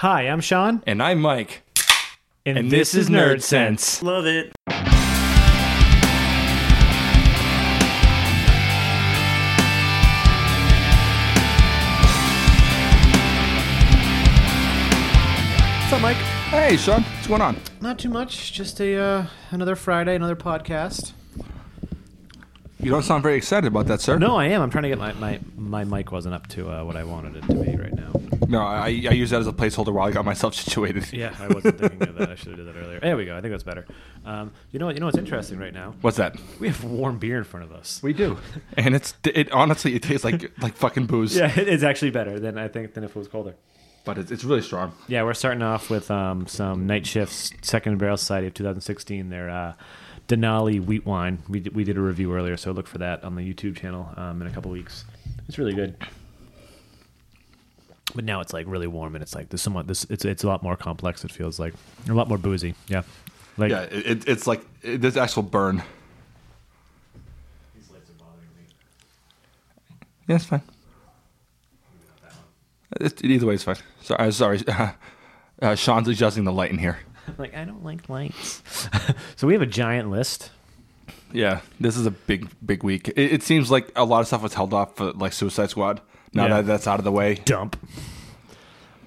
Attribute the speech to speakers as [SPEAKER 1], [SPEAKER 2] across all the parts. [SPEAKER 1] Hi, I'm Sean,
[SPEAKER 2] And I'm Mike.
[SPEAKER 1] and,
[SPEAKER 2] And this, is Nerd Sense.
[SPEAKER 3] Love it.
[SPEAKER 1] What's up, Mike?
[SPEAKER 2] Hey, Sean. What's going on?
[SPEAKER 1] Not too much. Just a uh, another Friday, another podcast.
[SPEAKER 2] You don't sound very excited about that, sir.
[SPEAKER 1] No, I am. I'm trying to get my my, my mic wasn't up to uh, what I wanted it to be right now.
[SPEAKER 2] No, I, I use that as a placeholder while I got myself situated.
[SPEAKER 1] Yeah, I wasn't thinking of that. I should have did that earlier. There we go. I think that's better. Um, you know what? You know what's interesting right now?
[SPEAKER 2] What's that?
[SPEAKER 1] We have warm beer in front of us.
[SPEAKER 2] We do. And it's it honestly it tastes like like fucking booze.
[SPEAKER 1] yeah, it- it's actually better than I think than if it was colder.
[SPEAKER 2] But it's, it's really strong.
[SPEAKER 1] Yeah, we're starting off with um, some Night Shift's Second Barrel Society of 2016. Their uh, Denali Wheat Wine. We did, we did a review earlier, so look for that on the YouTube channel um, in a couple weeks. It's really good. But now it's like really warm, and it's like this somewhat this it's it's a lot more complex. It feels like a lot more boozy. Yeah, like
[SPEAKER 2] Yeah, it, it, it's like it, there's actual burn.
[SPEAKER 1] these lights are bothering me.
[SPEAKER 2] Yeah, it's fine. It, either way, it's fine. So, uh, sorry. Uh, Sean's adjusting the light in here.
[SPEAKER 1] like I don't like lights. so we have a giant list.
[SPEAKER 2] Yeah, this is a big, big week. It, it seems like a lot of stuff was held off for like Suicide Squad. Now
[SPEAKER 1] Yeah.
[SPEAKER 2] that that's out of the way,
[SPEAKER 1] dump.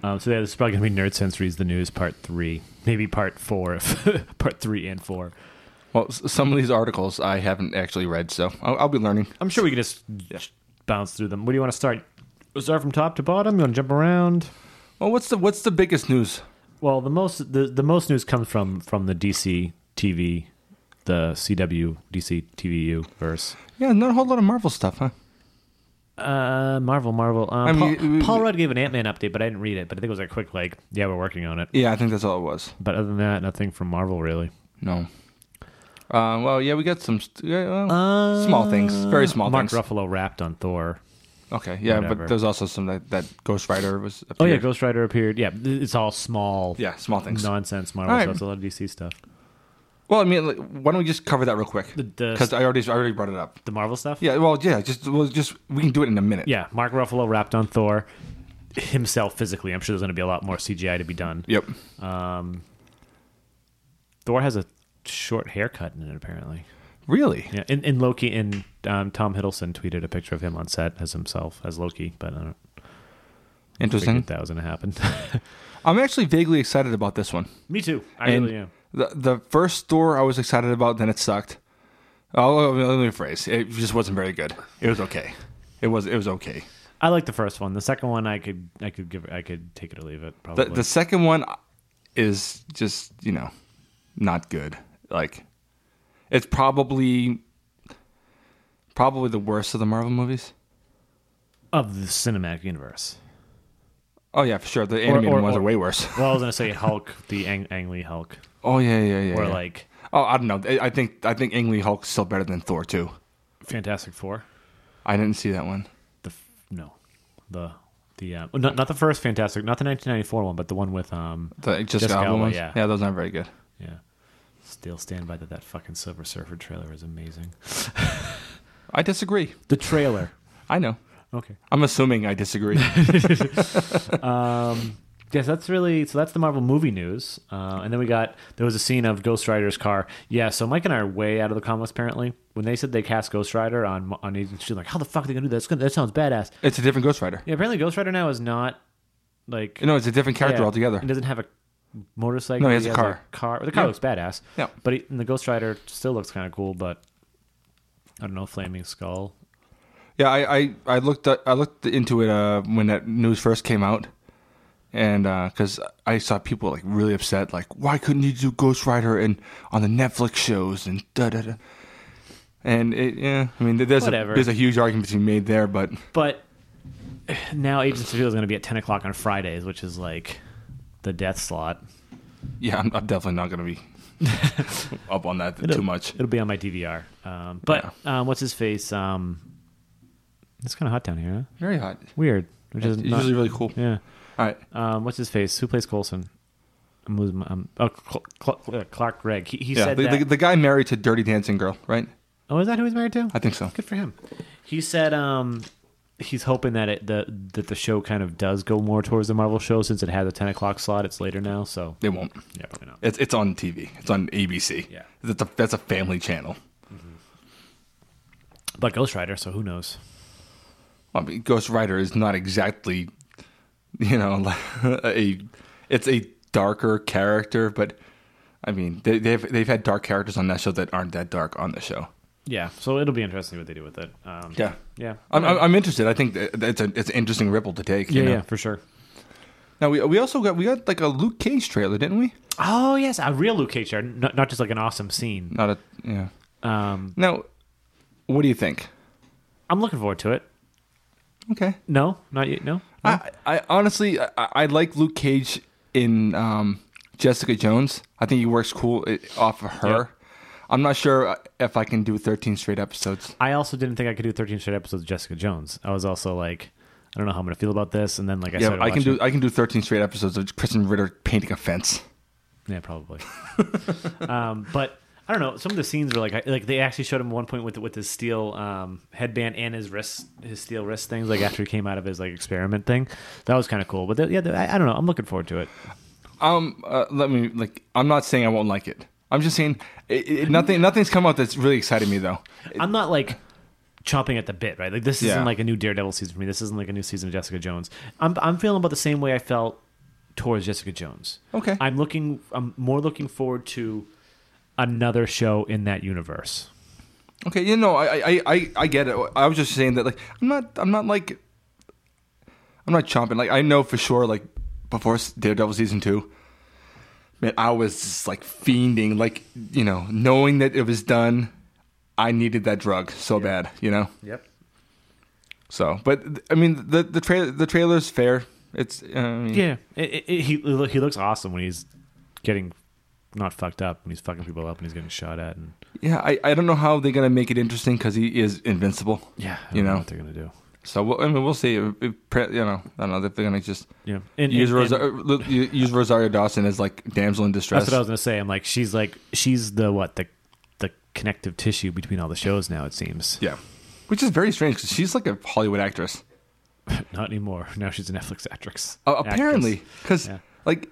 [SPEAKER 1] Um, so yeah, this is probably gonna be Nerd Sensories the news part three, maybe part four, if part three and four.
[SPEAKER 2] Well, s- some of these articles I haven't actually read, so I'll, I'll be learning.
[SPEAKER 1] I'm sure we can just bounce through them. What do you want to start? Start from top to bottom. You want to jump around?
[SPEAKER 2] Well, what's the what's the biggest news?
[SPEAKER 1] Well, the most the, the most news comes from from the DC TV, the CW DC TVU verse.
[SPEAKER 2] Yeah, not a whole lot of Marvel stuff, huh?
[SPEAKER 1] Uh, Marvel, Marvel. Um,
[SPEAKER 2] I
[SPEAKER 1] Paul,
[SPEAKER 2] mean, we-
[SPEAKER 1] Paul Rudd gave an Ant Man update, but I didn't read it. But I think it was a quick like, yeah, we're working on it.
[SPEAKER 2] Yeah, I think that's all it was.
[SPEAKER 1] But other than that, nothing from Marvel really.
[SPEAKER 2] No. Uh, well, yeah, we got some st- yeah, well, small things, very small
[SPEAKER 1] Uh, Mark
[SPEAKER 2] things.
[SPEAKER 1] Ruffalo rapped on Thor.
[SPEAKER 2] Okay, yeah,
[SPEAKER 1] Whatever.
[SPEAKER 2] but there's also some that, that Ghost Rider was.
[SPEAKER 1] Oh yeah,
[SPEAKER 2] appeared.
[SPEAKER 1] Ghost Rider appeared. Yeah, th- it's all small.
[SPEAKER 2] yeah, small things.
[SPEAKER 1] Nonsense Marvel
[SPEAKER 2] All right.
[SPEAKER 1] stuff. It's a lot of DC stuff.
[SPEAKER 2] well, I mean, like, why don't we just cover that real quick?
[SPEAKER 1] The- the-
[SPEAKER 2] Because I already I already brought it up.
[SPEAKER 1] The Marvel stuff.
[SPEAKER 2] Yeah, well, yeah, just well, just we can do it in a minute.
[SPEAKER 1] Yeah, Mark Ruffalo wrapped on Thor himself physically. I'm sure there's going to be a lot more CGI to be done.
[SPEAKER 2] Yep.
[SPEAKER 1] Thor has a short haircut in it apparently.
[SPEAKER 2] Really?
[SPEAKER 1] Yeah, and, and Loki and um, Tom Hiddleston tweeted a picture of him on set as himself as Loki, but I don't
[SPEAKER 2] Interesting.
[SPEAKER 1] think that was going to happen.
[SPEAKER 2] I'm actually vaguely excited about this one.
[SPEAKER 1] Me too. I
[SPEAKER 2] And
[SPEAKER 1] really am.
[SPEAKER 2] The the first store I was excited about, then it sucked. Oh, let me rephrase. It just wasn't very good. It was okay. It was it was okay.
[SPEAKER 1] I like the first one. The second one, I could I could give I could take it or leave it. Probably.
[SPEAKER 2] The the second one is just you know not good. Like it's probably probably the worst of the Marvel movies.
[SPEAKER 1] of the cinematic universe.
[SPEAKER 2] Oh yeah, for sure. The animated
[SPEAKER 1] or-
[SPEAKER 2] ones
[SPEAKER 1] or-
[SPEAKER 2] are way worse.
[SPEAKER 1] Well, I was gonna say Hulk, the Ang, Ang Lee Hulk,
[SPEAKER 2] Oh yeah, yeah, yeah.
[SPEAKER 1] or
[SPEAKER 2] yeah.
[SPEAKER 1] like
[SPEAKER 2] oh I don't know. I I think I think Ang Lee Hulk's still better than Thor too.
[SPEAKER 1] Fantastic Four.
[SPEAKER 2] I didn't see that one.
[SPEAKER 1] The f- no, the the uh, not not the first Fantastic, not the 1994 one, but the one with um
[SPEAKER 2] The just
[SPEAKER 1] Jessica
[SPEAKER 2] Alba
[SPEAKER 1] Alba,
[SPEAKER 2] ones.
[SPEAKER 1] yeah.
[SPEAKER 2] yeah, those aren't very good.
[SPEAKER 1] yeah. Still stand by that. That fucking Silver Surfer trailer is amazing.
[SPEAKER 2] I disagree.
[SPEAKER 1] The trailer.
[SPEAKER 2] I know.
[SPEAKER 1] Okay.
[SPEAKER 2] I'm assuming I disagree.
[SPEAKER 1] Yes, that's really Um, so. That's the Marvel movie news, uh, and then we got there was a scene of Ghost Rider's car. Yeah, so Mike and I are way out of the comics. Apparently, when they said they cast Ghost Rider on on Agent Shield, like how the fuck are they gonna do that? That's gonna, that sounds badass.
[SPEAKER 2] it's a different Ghost Rider.
[SPEAKER 1] Yeah, apparently Ghost Rider now is not like
[SPEAKER 2] No, it's a different character
[SPEAKER 1] Yeah.
[SPEAKER 2] altogether.
[SPEAKER 1] He doesn't have a motorcycle.
[SPEAKER 2] No, he has a car.
[SPEAKER 1] car. The car
[SPEAKER 2] Yeah.
[SPEAKER 1] looks badass.
[SPEAKER 2] Yeah.
[SPEAKER 1] But he, and the Ghost Rider still looks kind of cool, but I don't know, flaming skull.
[SPEAKER 2] Yeah, I, I, I looked up- I looked into it uh, when that news first came out, and because I saw people like really upset, like why couldn't you do Ghost Rider and on the Netflix shows and da da da. And it, yeah, I mean, there's
[SPEAKER 1] Whatever.
[SPEAKER 2] a there's a huge argument to be made there, but
[SPEAKER 1] But now Agents of Shield E is going to be at ten o'clock on Fridays, which is like the death slot.
[SPEAKER 2] yeah, I'm, I'm definitely not going to be up on that too much.
[SPEAKER 1] It'll be on my DVR. Um, but um, what's his face? Um, it's kind of hot down here. Huh?
[SPEAKER 2] Very hot.
[SPEAKER 1] Weird. Which is
[SPEAKER 2] It's
[SPEAKER 1] not-
[SPEAKER 2] usually really cool.
[SPEAKER 1] yeah.
[SPEAKER 2] All right,
[SPEAKER 1] Um, what's his face? Who plays Colson? I'm losing my. Um, oh, Cl- Cl- Cl- Clark Gregg. He, he
[SPEAKER 2] yeah,
[SPEAKER 1] said
[SPEAKER 2] the,
[SPEAKER 1] that.
[SPEAKER 2] the, the guy married to Dirty Dancing Girl, right?
[SPEAKER 1] Oh, is that who he's married to?
[SPEAKER 2] I think so.
[SPEAKER 1] Good for him. He said um, he's hoping that it the that the show kind of does go more towards the Marvel show since it has a ten o'clock slot. It's later now, so
[SPEAKER 2] They won't.
[SPEAKER 1] yeah, probably not.
[SPEAKER 2] It's it's on TV. It's on ABC.
[SPEAKER 1] Yeah.
[SPEAKER 2] that's a, that's a family channel.
[SPEAKER 1] But Ghost Rider, so who knows?
[SPEAKER 2] I mean, Ghost Rider is not exactly, you know, a it's a darker character, but I mean, they, they've they've had dark characters on that show that aren't that dark on the show.
[SPEAKER 1] Yeah, so it'll be interesting what they do with it. Um,
[SPEAKER 2] Yeah.
[SPEAKER 1] yeah,
[SPEAKER 2] I'm, I'm I'm interested. I think that it's an it's an interesting ripple to take. you
[SPEAKER 1] yeah,
[SPEAKER 2] know?
[SPEAKER 1] yeah, for sure.
[SPEAKER 2] Now we we also got we got like a Luke Cage trailer, didn't we?
[SPEAKER 1] Oh yes, a real Luke Cage, trailer, not, not just like an awesome scene.
[SPEAKER 2] Not a yeah.
[SPEAKER 1] Um,
[SPEAKER 2] Now, what do you think?
[SPEAKER 1] I'm looking forward to it.
[SPEAKER 2] Okay.
[SPEAKER 1] No, not yet. No,
[SPEAKER 2] I, I honestly, I, I like Luke Cage in um, Jessica Jones. I think he works cool i- off of her.
[SPEAKER 1] Yep.
[SPEAKER 2] I'm not sure uh, if I can do 13 straight episodes.
[SPEAKER 1] I also didn't think I could do 13 straight episodes of Jessica Jones. I was also like, I don't know how I'm gonna feel about this. And then like I
[SPEAKER 2] Yeah,
[SPEAKER 1] said,
[SPEAKER 2] I can do. I can do 13 straight episodes of Kristen Ritter painting a fence.
[SPEAKER 1] Yeah, probably. um, but I don't know. Some of the scenes were like, like they actually showed him at one point with with his steel um, headband and his wrist, his steel wrist things. Like after he came out of his like experiment thing, that was kind of cool. But the, yeah, the, I, I don't know. I'm looking forward to it.
[SPEAKER 2] Um, uh, let me like. I'm not saying I won't like it. I'm just saying it, it, nothing. Nothing's come out that's really excited me though.
[SPEAKER 1] I'm not like chomping at the bit, right? Like this isn't
[SPEAKER 2] Yeah.
[SPEAKER 1] like a new Daredevil season for me. This isn't like a new season of Jessica Jones. I'm I'm feeling about the same way I felt towards Jessica Jones.
[SPEAKER 2] Okay.
[SPEAKER 1] I'm looking I'm more looking forward to another show in that universe.
[SPEAKER 2] Okay, you know, I, I, I, I get it. I was just saying that, like, I'm not, I'm not like, I'm not chomping. Like, I know for sure, like, before Daredevil season two, man, I was just, like fiending, like, you know, knowing that it was done. I needed that drug so bad, you know.
[SPEAKER 1] Yep.
[SPEAKER 2] So, but I mean, the the trailer, the trailer's fair. It's, uh, I mean,
[SPEAKER 1] Yeah. It, it, it, he look- he looks awesome when he's getting not fucked up when he's fucking people up and he's getting shot at and
[SPEAKER 2] yeah. I, I don't know how they're gonna make it interesting because he is invincible.
[SPEAKER 1] yeah, I don't
[SPEAKER 2] You
[SPEAKER 1] know,
[SPEAKER 2] know.
[SPEAKER 1] what they're going to do.
[SPEAKER 2] So we'll, I mean, we'll see. If- if pre- you know, I don't know if they're gonna just.
[SPEAKER 1] Yeah. And,
[SPEAKER 2] use,
[SPEAKER 1] and-
[SPEAKER 2] Rosa- uh, l- use Rosario Dawson as like damsel in distress.
[SPEAKER 1] That's what I was gonna say. I'm like, she's like, she's the what the the connective tissue between all the shows now. It seems.
[SPEAKER 2] yeah, which is very strange because she's like a Hollywood actress
[SPEAKER 1] Not anymore. Now she's a Netflix actress.
[SPEAKER 2] uh,
[SPEAKER 1] Actress.
[SPEAKER 2] apparently. Because
[SPEAKER 1] Yeah.
[SPEAKER 2] like,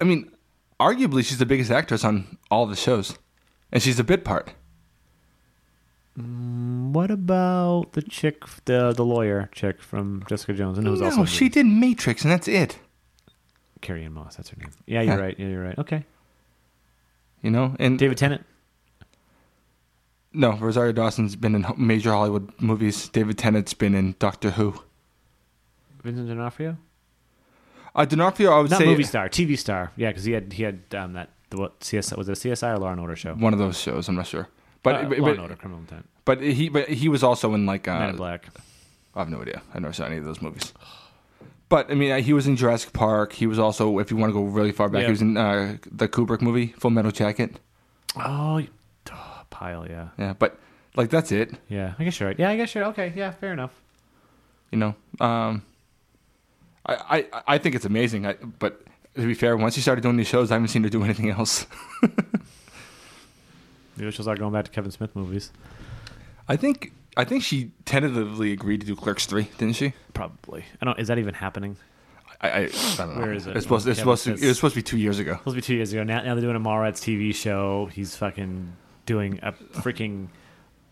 [SPEAKER 2] I mean, arguably she's the biggest actress on all the shows, and she's a bit part.
[SPEAKER 1] What about the chick, the the lawyer chick from Jessica Jones, and who's
[SPEAKER 2] no,
[SPEAKER 1] also
[SPEAKER 2] she did Matrix, and that's it.
[SPEAKER 1] Carrie Ann Moss. That's her name. Yeah, you're
[SPEAKER 2] Yeah.
[SPEAKER 1] right. Yeah, you're right. Okay,
[SPEAKER 2] You know, and
[SPEAKER 1] David Tennant.
[SPEAKER 2] no, Rosario Dawson's been in ho- major Hollywood movies. David Tennant's been in Doctor Who.
[SPEAKER 1] Vincent D'Onofrio,
[SPEAKER 2] Uh, D'Onofrio, I would
[SPEAKER 1] not
[SPEAKER 2] say
[SPEAKER 1] movie star, TV star. Yeah, because he had he had um, that the what CSI was it a CSI or Law and Order show?
[SPEAKER 2] one of those shows. I'm not sure, but
[SPEAKER 1] Uh,
[SPEAKER 2] but,
[SPEAKER 1] Law
[SPEAKER 2] but-
[SPEAKER 1] and Order, Criminal Intent,
[SPEAKER 2] but he but he was also in like
[SPEAKER 1] Men
[SPEAKER 2] uh,
[SPEAKER 1] in Black.
[SPEAKER 2] I have no idea. I never saw any of those movies. But I mean, uh, he was in Jurassic Park. He was also, if you want to go really far back,
[SPEAKER 1] Yeah.
[SPEAKER 2] he was in uh, the Kubrick movie, Full Metal Jacket.
[SPEAKER 1] Oh, you- oh, pile. Yeah,
[SPEAKER 2] Yeah, but like that's it,
[SPEAKER 1] yeah. I guess you're right. Yeah, I guess you're okay. Yeah, fair enough.
[SPEAKER 2] you know. Um, I, I I think it's amazing. I, but to be fair, once she started doing these shows, I haven't seen her do anything else.
[SPEAKER 1] Maybe she'll start going back to Kevin Smith movies.
[SPEAKER 2] I think I think she tentatively agreed to do Clerks three, didn't she?
[SPEAKER 1] Probably. I don't. Is that even happening?
[SPEAKER 2] I, I, I don't know.
[SPEAKER 1] Where is it?
[SPEAKER 2] It's supposed, it's
[SPEAKER 1] Yeah,
[SPEAKER 2] supposed to,
[SPEAKER 1] it's-
[SPEAKER 2] it was supposed to be two years ago.
[SPEAKER 1] Supposed to be two years ago. Now, now they're doing a Mallrats TV show. He's fucking doing a freaking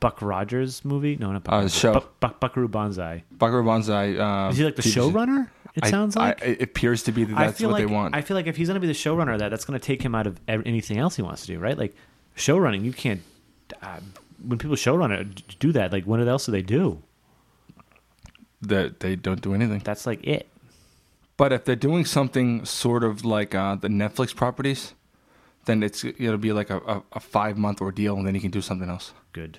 [SPEAKER 1] Buck Rogers movie. No, not Buck.
[SPEAKER 2] Uh,
[SPEAKER 1] Rogers.
[SPEAKER 2] show.
[SPEAKER 1] Buck, Buck, Buckaroo Banzai.
[SPEAKER 2] Buckaroo Banzai. Uh,
[SPEAKER 1] Is he like the
[SPEAKER 2] TV
[SPEAKER 1] showrunner? It
[SPEAKER 2] I-
[SPEAKER 1] sounds like.
[SPEAKER 2] I, it appears to be that
[SPEAKER 1] I
[SPEAKER 2] that's
[SPEAKER 1] feel
[SPEAKER 2] what
[SPEAKER 1] like
[SPEAKER 2] they want.
[SPEAKER 1] I feel like if he's going to be the showrunner of that, that's going to take him out of ev- anything else he wants to do, right? Like showrunning, you can't. Uh, when people showrun it, d- do that. Like, what else do they do?
[SPEAKER 2] that they don't do anything.
[SPEAKER 1] That's like it.
[SPEAKER 2] But if they're doing something sort of like uh, the Netflix properties, then it's it'll be like a, a, a five month ordeal, and then you can do something else.
[SPEAKER 1] good.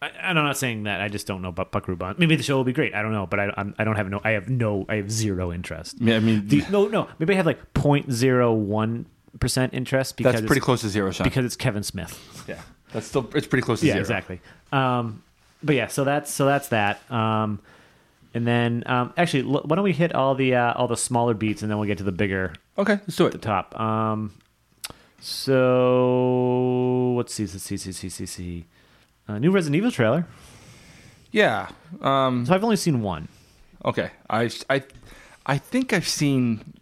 [SPEAKER 1] I, I'm not saying that. I just don't know about Buck Rubin. Maybe the show will be great. I don't know, but I, I'm, I don't have no. I have no. I have zero interest.
[SPEAKER 2] Yeah, I mean
[SPEAKER 1] The, no, no. Maybe I have like 0.01 percent interest because
[SPEAKER 2] that's pretty
[SPEAKER 1] it's,
[SPEAKER 2] close to zero, Sean.
[SPEAKER 1] because it's Kevin Smith.
[SPEAKER 2] yeah, that's still it's pretty close to
[SPEAKER 1] Yeah,
[SPEAKER 2] zero.
[SPEAKER 1] exactly. Um, but yeah, so that's so that's that. Um, and then um, actually, l- why don't we hit all the uh, all the smaller beats and then we'll get to the bigger
[SPEAKER 2] Okay, let's do
[SPEAKER 1] the
[SPEAKER 2] it.
[SPEAKER 1] top. Um, so let's see, let's see, let's see, let's see, let's see. Uh, new Resident Evil trailer.
[SPEAKER 2] Yeah, um,
[SPEAKER 1] So I've only seen one.
[SPEAKER 2] Okay, I I I think I've seen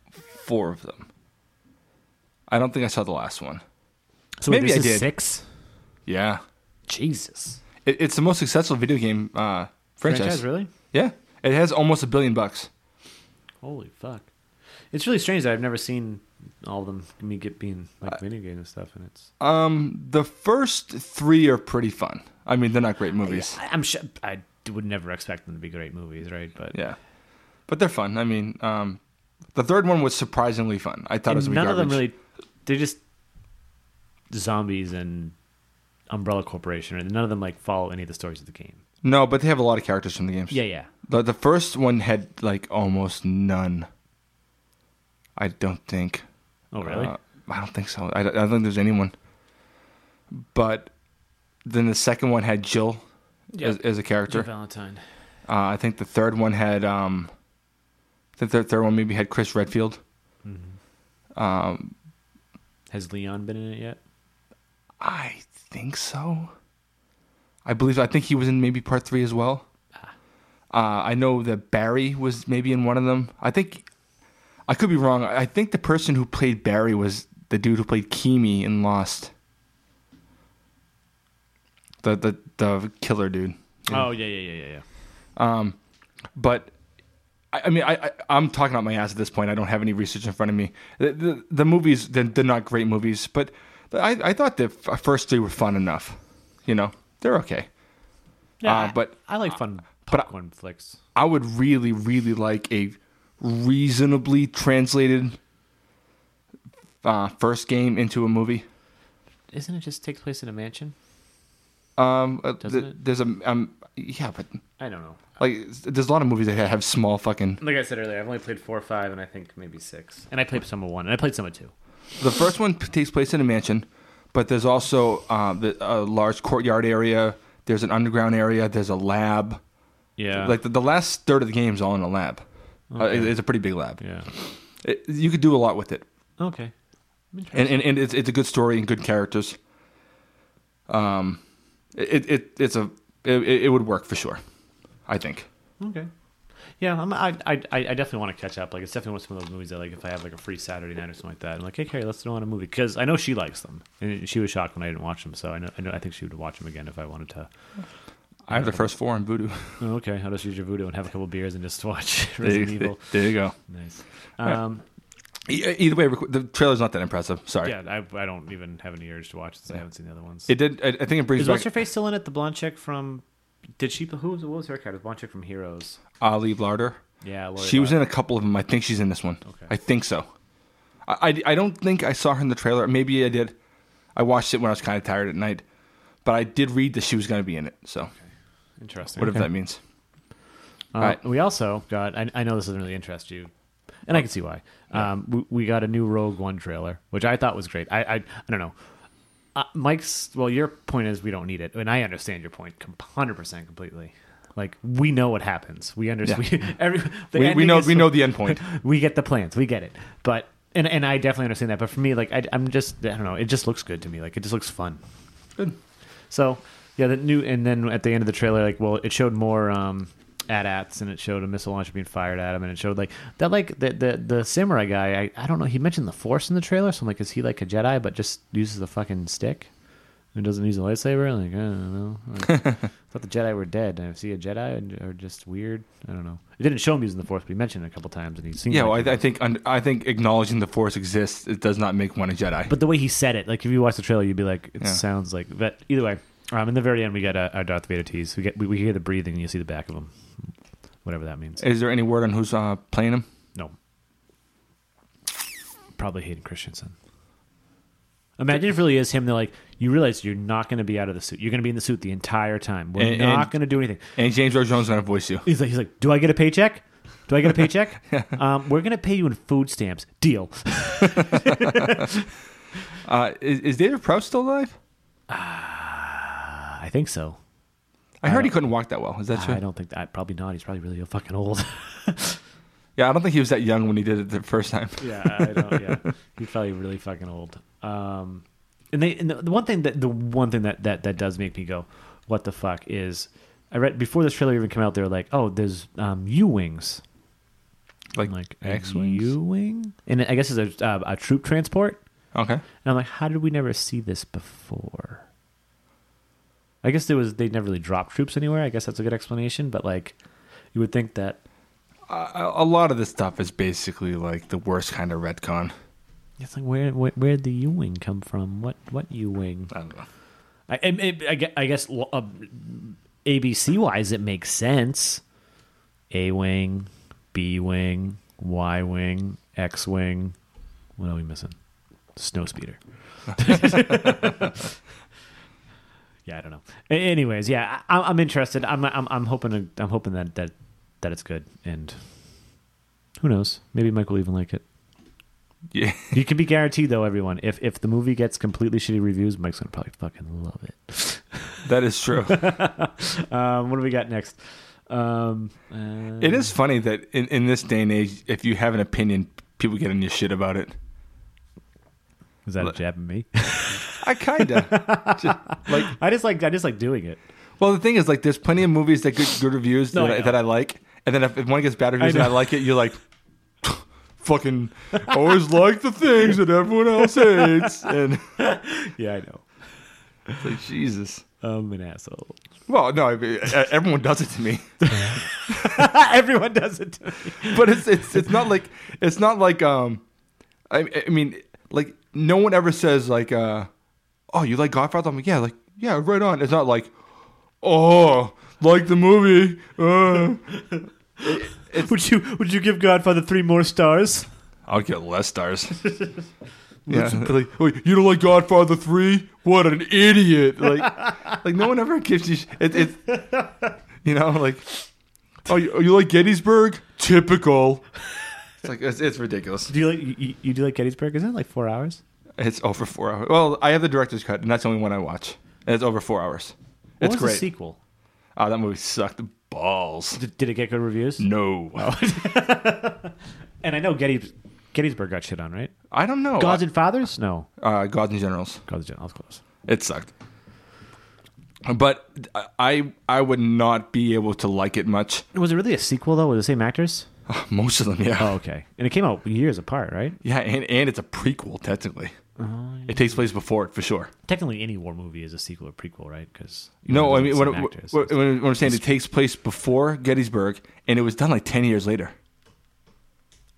[SPEAKER 2] four of them. I don't think I saw the last one.
[SPEAKER 1] So wait,
[SPEAKER 2] Maybe
[SPEAKER 1] this
[SPEAKER 2] I
[SPEAKER 1] is
[SPEAKER 2] did.
[SPEAKER 1] six.
[SPEAKER 2] Yeah,
[SPEAKER 1] Jesus.
[SPEAKER 2] it, it's the most successful video game uh, franchise.
[SPEAKER 1] Franchise, really?
[SPEAKER 2] Yeah, it has almost a billion bucks.
[SPEAKER 1] Holy fuck! It's really strange that I've never seen all of them. Me get being like video game and stuff, and it's.
[SPEAKER 2] Um, the first three are pretty fun. I mean, they're not great movies.
[SPEAKER 1] I, I'm sure I would never expect them to be great movies, right? But
[SPEAKER 2] Yeah, but they're fun. I mean, um, the third one was surprisingly fun. I thought it
[SPEAKER 1] and
[SPEAKER 2] was gonna be
[SPEAKER 1] none of them
[SPEAKER 2] garbage.
[SPEAKER 1] really. They're just zombies and Umbrella Corporation, and none of them like follow any of the stories of the game.
[SPEAKER 2] No, but they have a lot of characters from the games.
[SPEAKER 1] Yeah, yeah.
[SPEAKER 2] The the first one had like almost none. I don't think.
[SPEAKER 1] Oh really?
[SPEAKER 2] Uh, I don't think so. I, don't- I don't think there's anyone. But then the second one had Jill as, as a character. Uh,
[SPEAKER 1] Valentine.
[SPEAKER 2] I think the third one had um, the third third one maybe had Chris Redfield. Um,
[SPEAKER 1] Has Leon been in it yet?
[SPEAKER 2] I think so. I believe. I think he was in maybe part three as well. Uh, I know that Barry was maybe in one of them. I think. I could be wrong. I I think the person who played Barry was the dude who played Kimi in Lost. The the the killer dude.
[SPEAKER 1] Oh yeah, yeah, yeah, yeah, yeah.
[SPEAKER 2] Um, but I, I mean, I, I I'm talking out my ass at this point. I don't have any research in front of me. The the, the movies they're, they're not great movies, but I I thought the f- first three were fun enough. You know, they're okay.
[SPEAKER 1] Yeah,
[SPEAKER 2] Uh,
[SPEAKER 1] I-
[SPEAKER 2] but-
[SPEAKER 1] I like fun
[SPEAKER 2] but I-
[SPEAKER 1] popcorn flicks.
[SPEAKER 2] I would really really like a reasonably translated uh, first game into a movie.
[SPEAKER 1] Isn't it just takes place in a mansion?
[SPEAKER 2] Um, uh,
[SPEAKER 1] Doesn't
[SPEAKER 2] th-
[SPEAKER 1] it?
[SPEAKER 2] there's a um, yeah, but
[SPEAKER 1] I don't know.
[SPEAKER 2] like there's a lot of movies that have small fucking
[SPEAKER 1] Like I said earlier, I've only played four or five, and I think maybe six. And I played some of one, and I played some of two.
[SPEAKER 2] The first one p- takes place in a mansion, but there's also uh, the, a large courtyard area. There's an underground area. There's a lab.
[SPEAKER 1] Yeah,
[SPEAKER 2] Like the, the last third of the game is all in a lab. Uh, it- it's a pretty big lab.
[SPEAKER 1] yeah.
[SPEAKER 2] It- you could do a lot with it,
[SPEAKER 1] Okay.
[SPEAKER 2] and and, and it's, it's a good story and good characters. Um, it, it it's a it, it would work for sure, I think.
[SPEAKER 1] Okay. Yeah, I'm, I, I I definitely want to catch up. Like, it's definitely one of some of those movies that, like, if I have like a free Saturday night or something like that, I'm like, hey, Carrie, let's throw on a movie because I know she likes them, and she was shocked when I didn't watch them. So I know, I know, I think she would watch them again if I wanted to.
[SPEAKER 2] I have the first four in Voodoo.
[SPEAKER 1] Oh, okay, how does she your voodoo and have a couple beers and just watch Resident Evil?
[SPEAKER 2] there you go.
[SPEAKER 1] Nice. Um,
[SPEAKER 2] E- Either way, requ- the trailer's not that impressive. Sorry.
[SPEAKER 1] yeah, I, I don't even have any urge to watch this. I haven't seen the other ones.
[SPEAKER 2] It did. I, I think it brings
[SPEAKER 1] Is
[SPEAKER 2] back
[SPEAKER 1] what's her face still in it? The blonde chick from did she? Who was what was her character? The blonde chick from Heroes.
[SPEAKER 2] Ali Larder.
[SPEAKER 1] Yeah, Lori
[SPEAKER 2] She was
[SPEAKER 1] Loughlin.
[SPEAKER 2] in a couple of them. I think she's in this one.
[SPEAKER 1] Okay.
[SPEAKER 2] I think so. I, I, I don't think I saw her in the trailer. Maybe I did. I watched it when I was kind of tired at night, but I did read that she was going to be in it. So
[SPEAKER 1] Interesting.
[SPEAKER 2] whatever
[SPEAKER 1] Okay.
[SPEAKER 2] that means.
[SPEAKER 1] Uh,
[SPEAKER 2] Alright.
[SPEAKER 1] We also got. I, I know this doesn't really interest you, and I can see why. Um, we, we got a new Rogue One trailer, which I thought was great. I I, I don't know. Uh, Mike's well, your point is we don't need it, and I understand your point, hundred percent, completely. Like we know what happens. We understand. We, every, the
[SPEAKER 2] We, we
[SPEAKER 1] ending
[SPEAKER 2] know
[SPEAKER 1] is
[SPEAKER 2] we
[SPEAKER 1] for-
[SPEAKER 2] know the end point.
[SPEAKER 1] we get the plans. We get it. But and and I definitely understand that. But for me, like I, I'm just I don't know. It just looks good to me. Like it just looks fun.
[SPEAKER 2] Good.
[SPEAKER 1] So yeah, the new and then at the end of the trailer, like well, it showed more um, at-ats and it showed a missile launcher being fired at him, and it showed like that like the the, the samurai guy. I, I don't know. He mentioned the force in the trailer, so I'm like, is he like a Jedi but just uses the fucking stick? And doesn't use a lightsaber? Like I don't know. Like, I thought the Jedi were dead. And I see a Jedi and are just weird. I don't know. It didn't show him using the force, but he mentioned it a couple times, and he seemed
[SPEAKER 2] Yeah,
[SPEAKER 1] like
[SPEAKER 2] well,
[SPEAKER 1] he
[SPEAKER 2] I, I think un- I think acknowledging the Force exists it does not make one a Jedi.
[SPEAKER 1] But the way he said it, like if you watch the trailer, you'd be like, it
[SPEAKER 2] Yeah.
[SPEAKER 1] sounds like. But either way, um, in the very end, we get uh, our Darth Vader tease. We get we, we hear the breathing, and you see the back of him, whatever that means.
[SPEAKER 2] Is there any word on who's uh, playing him?
[SPEAKER 1] No, probably Hayden Christensen. Imagine if it really is him. They're like, you realize you're not going to be out of the suit. You're going to be in the suit the entire time. We're
[SPEAKER 2] And-
[SPEAKER 1] not
[SPEAKER 2] and-
[SPEAKER 1] going to do anything.
[SPEAKER 2] And James Earl Jones going to voice you.
[SPEAKER 1] He's like, he's like, do I get a paycheck? Do I get a paycheck? um, we're going to pay you in food stamps. Deal.
[SPEAKER 2] Uh, is, is David Prowse still alive?
[SPEAKER 1] Ah, I think so.
[SPEAKER 2] I heard he couldn't walk that well. Is that
[SPEAKER 1] I
[SPEAKER 2] true?
[SPEAKER 1] don't think that. Probably not. He's probably really fucking old.
[SPEAKER 2] yeah, I don't think he was that young when he did it the first time.
[SPEAKER 1] yeah, I don't. Yeah, he's probably really fucking old. Um, and they and the, the one thing that the one thing that, that that does make me go, what the fuck is I read before this trailer even came out. They were like, "Oh, there's um, U wings,
[SPEAKER 2] Like,
[SPEAKER 1] like
[SPEAKER 2] X
[SPEAKER 1] U
[SPEAKER 2] wings.
[SPEAKER 1] wing," and I guess it's a, uh, a troop transport.
[SPEAKER 2] Okay.
[SPEAKER 1] And I'm like, "How did we never see this before?" I guess there was they never really dropped troops anywhere. I guess that's a good explanation. But like, you would think that
[SPEAKER 2] A, a lot of this stuff is basically like the worst kind of retcon.
[SPEAKER 1] it's like where where where'd the U wing come from? What what U wing?
[SPEAKER 2] I don't know.
[SPEAKER 1] I, I, I gue- I guess lo- uh, ABC wise, it makes sense. A wing, B wing, Y wing, X wing. What are we missing? Snowspeeder. yeah, I don't know. A- Anyways, yeah, I, I'm interested. I'm, I'm I'm hoping to, I'm hoping that that that it's good and. Who knows? Maybe Mike will even like it.
[SPEAKER 2] Yeah.
[SPEAKER 1] You can be guaranteed, though, everyone. If if the movie gets completely shitty reviews, Mike's gonna probably fucking love it.
[SPEAKER 2] That is true.
[SPEAKER 1] Um, what do we got next? Um, uh,
[SPEAKER 2] it is funny that in, in this day and age, if you have an opinion, people get on your shit about it.
[SPEAKER 1] is that a jab at me?
[SPEAKER 2] I kinda. Just, like,
[SPEAKER 1] I just like I just like doing it.
[SPEAKER 2] well, the thing is, like, there's plenty of movies that get good reviews
[SPEAKER 1] No,
[SPEAKER 2] that,
[SPEAKER 1] I
[SPEAKER 2] I
[SPEAKER 1] know.
[SPEAKER 2] that I like, and then if, if one gets bad reviews
[SPEAKER 1] I
[SPEAKER 2] and I
[SPEAKER 1] know.
[SPEAKER 2] like it, you're like, fucking, always like the things that everyone else hates, and
[SPEAKER 1] Yeah, I know.
[SPEAKER 2] it's like Jesus.
[SPEAKER 1] I'm an asshole.
[SPEAKER 2] Well, no, I mean, e- everyone does it to me,
[SPEAKER 1] Everyone does it. To me.
[SPEAKER 2] but it's it's it's not like it's not like um, I I mean like no one ever says like uh, oh you like Godfather? I'm like yeah like yeah right on. It's not like oh like the movie. Uh.
[SPEAKER 1] Would you Would you give Godfather three more stars?
[SPEAKER 2] I'll get less stars. yeah, like Wait, you don't like Godfather three? What an idiot! Like, like no one ever gives you. Sh- it, it, you know, like, oh, you, you like Gettysburg? Typical. It's like it's, it's ridiculous.
[SPEAKER 1] Do you like you, you do like Gettysburg? Isn't it like four hours?
[SPEAKER 2] It's over four hours. Well, I have the director's cut, and that's the only one I watch. And it's over four hours.
[SPEAKER 1] What
[SPEAKER 2] It's
[SPEAKER 1] was the
[SPEAKER 2] great.
[SPEAKER 1] sequel?
[SPEAKER 2] Oh, that movie sucked balls.
[SPEAKER 1] Did, Oh. did it get good reviews?
[SPEAKER 2] No,
[SPEAKER 1] And I know Gettys, Gettysburg got shit on, right?
[SPEAKER 2] I don't know.
[SPEAKER 1] Gods and Fathers? No,
[SPEAKER 2] uh, Gods and Generals.
[SPEAKER 1] Gods and Generals close.
[SPEAKER 2] It sucked. But I I would not be able to like it much.
[SPEAKER 1] Was it really a sequel though? Were the same actors?
[SPEAKER 2] Most of them, yeah.
[SPEAKER 1] Oh, okay. And it came out years apart, right?
[SPEAKER 2] Yeah, and, and it's a prequel technically.
[SPEAKER 1] Oh,
[SPEAKER 2] It takes place before it for sure.
[SPEAKER 1] Technically, any war movie is a sequel or prequel, right? Because
[SPEAKER 2] No, I mean when, when, when, when I'm saying it takes place before Gettysburg, and it was done like ten years later.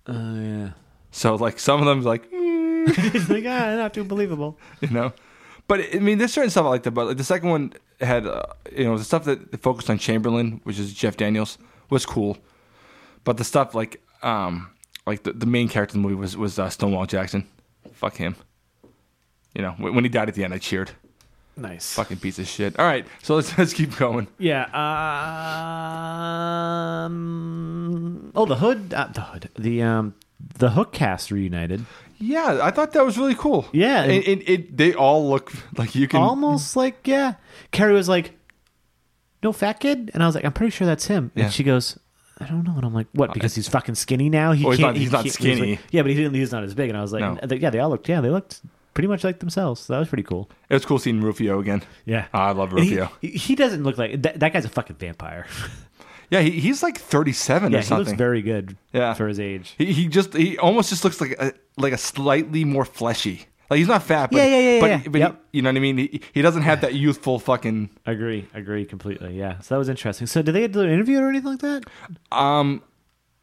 [SPEAKER 2] Oh,
[SPEAKER 1] yeah.
[SPEAKER 2] So like some of them like mm,
[SPEAKER 1] It's like, ah, not too believable.
[SPEAKER 2] you know, but I mean there's certain stuff I liked about. Like the second one had uh, you know the stuff that focused on Chamberlain, which is Jeff Daniels, was cool. But the stuff like um like the, the main character in the movie was was uh, Stonewall Jackson. Fuck him. You know, when when he died at the end, I cheered.
[SPEAKER 1] Nice.
[SPEAKER 2] Fucking piece of shit. All right, so let's let's keep going.
[SPEAKER 1] Yeah. Um, oh, the hood. Uh, the hood. The um, the hook cast reunited.
[SPEAKER 2] Yeah, I thought that was really cool.
[SPEAKER 1] Yeah,
[SPEAKER 2] and,
[SPEAKER 1] and-
[SPEAKER 2] and, it they all look like you can.
[SPEAKER 1] Almost like yeah. Carrie was like, "No fat kid," and I was like, "I'm pretty sure that's him."
[SPEAKER 2] Yeah. Uh,
[SPEAKER 1] And she goes. I don't know, and I'm like, what? Because he's fucking skinny now. He
[SPEAKER 2] Oh, he's
[SPEAKER 1] can't.
[SPEAKER 2] not-
[SPEAKER 1] he
[SPEAKER 2] he's not
[SPEAKER 1] can't- he's
[SPEAKER 2] skinny.
[SPEAKER 1] like- yeah, but he didn't. He's not as big. And I was like,
[SPEAKER 2] No.
[SPEAKER 1] and they- yeah, they all looked. Yeah, they looked pretty much like themselves. So that was pretty cool.
[SPEAKER 2] It was cool seeing Rufio again. Ah,
[SPEAKER 1] Yeah,
[SPEAKER 2] I love
[SPEAKER 1] And he-
[SPEAKER 2] Rufio.
[SPEAKER 1] He, he doesn't look like that, that guy's a fucking vampire.
[SPEAKER 2] Yeah, he, he's like 37
[SPEAKER 1] yeah,
[SPEAKER 2] or
[SPEAKER 1] he
[SPEAKER 2] something.
[SPEAKER 1] looks very good.
[SPEAKER 2] Yeah.
[SPEAKER 1] for his age.
[SPEAKER 2] He, he just he almost just looks like a like a slightly more fleshy. Like he's not fat, but
[SPEAKER 1] Yeah, yeah, yeah,
[SPEAKER 2] but,
[SPEAKER 1] yeah.
[SPEAKER 2] but he-
[SPEAKER 1] Yep.
[SPEAKER 2] you know what I mean. He, he doesn't have that youthful fucking.
[SPEAKER 1] Agree, agree completely. Yeah, so that was interesting. So did they do an interview or anything like that?
[SPEAKER 2] Um,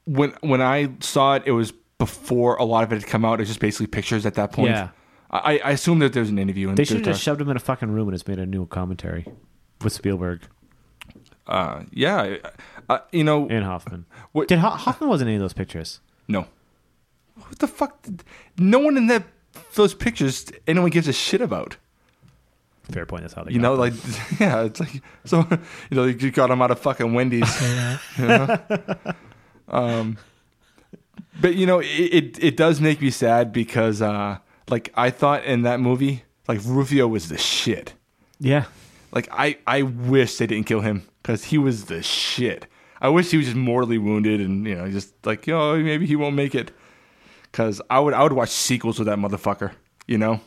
[SPEAKER 2] when when I saw it, it was before a lot of it had come out. It was just basically pictures at that point.
[SPEAKER 1] Yeah.
[SPEAKER 2] I, I assume that there's an interview. And
[SPEAKER 1] They should have
[SPEAKER 2] there's
[SPEAKER 1] just shoved him in a fucking room and just made a new commentary with Spielberg
[SPEAKER 2] a- uh, yeah, uh, you know,
[SPEAKER 1] and Hoffman.
[SPEAKER 2] What-
[SPEAKER 1] Did Ho- Hoffman wasn't in any of those pictures?
[SPEAKER 2] no. What the fuck? Did, no one in that those pictures anyone gives a shit about.
[SPEAKER 1] Fair point. That's how they.
[SPEAKER 2] You
[SPEAKER 1] got
[SPEAKER 2] know,
[SPEAKER 1] them.
[SPEAKER 2] like yeah, it's like so you know you got him out of fucking Wendy's. you know? um, but you know it, it it does make me sad because uh like I thought in that movie like Rufio was the shit.
[SPEAKER 1] yeah,
[SPEAKER 2] Like I I wish they didn't kill him because he was the shit. I wish he was just mortally wounded and you know just like you know maybe he won't make it. Because I would I would watch sequels with that motherfucker. You know.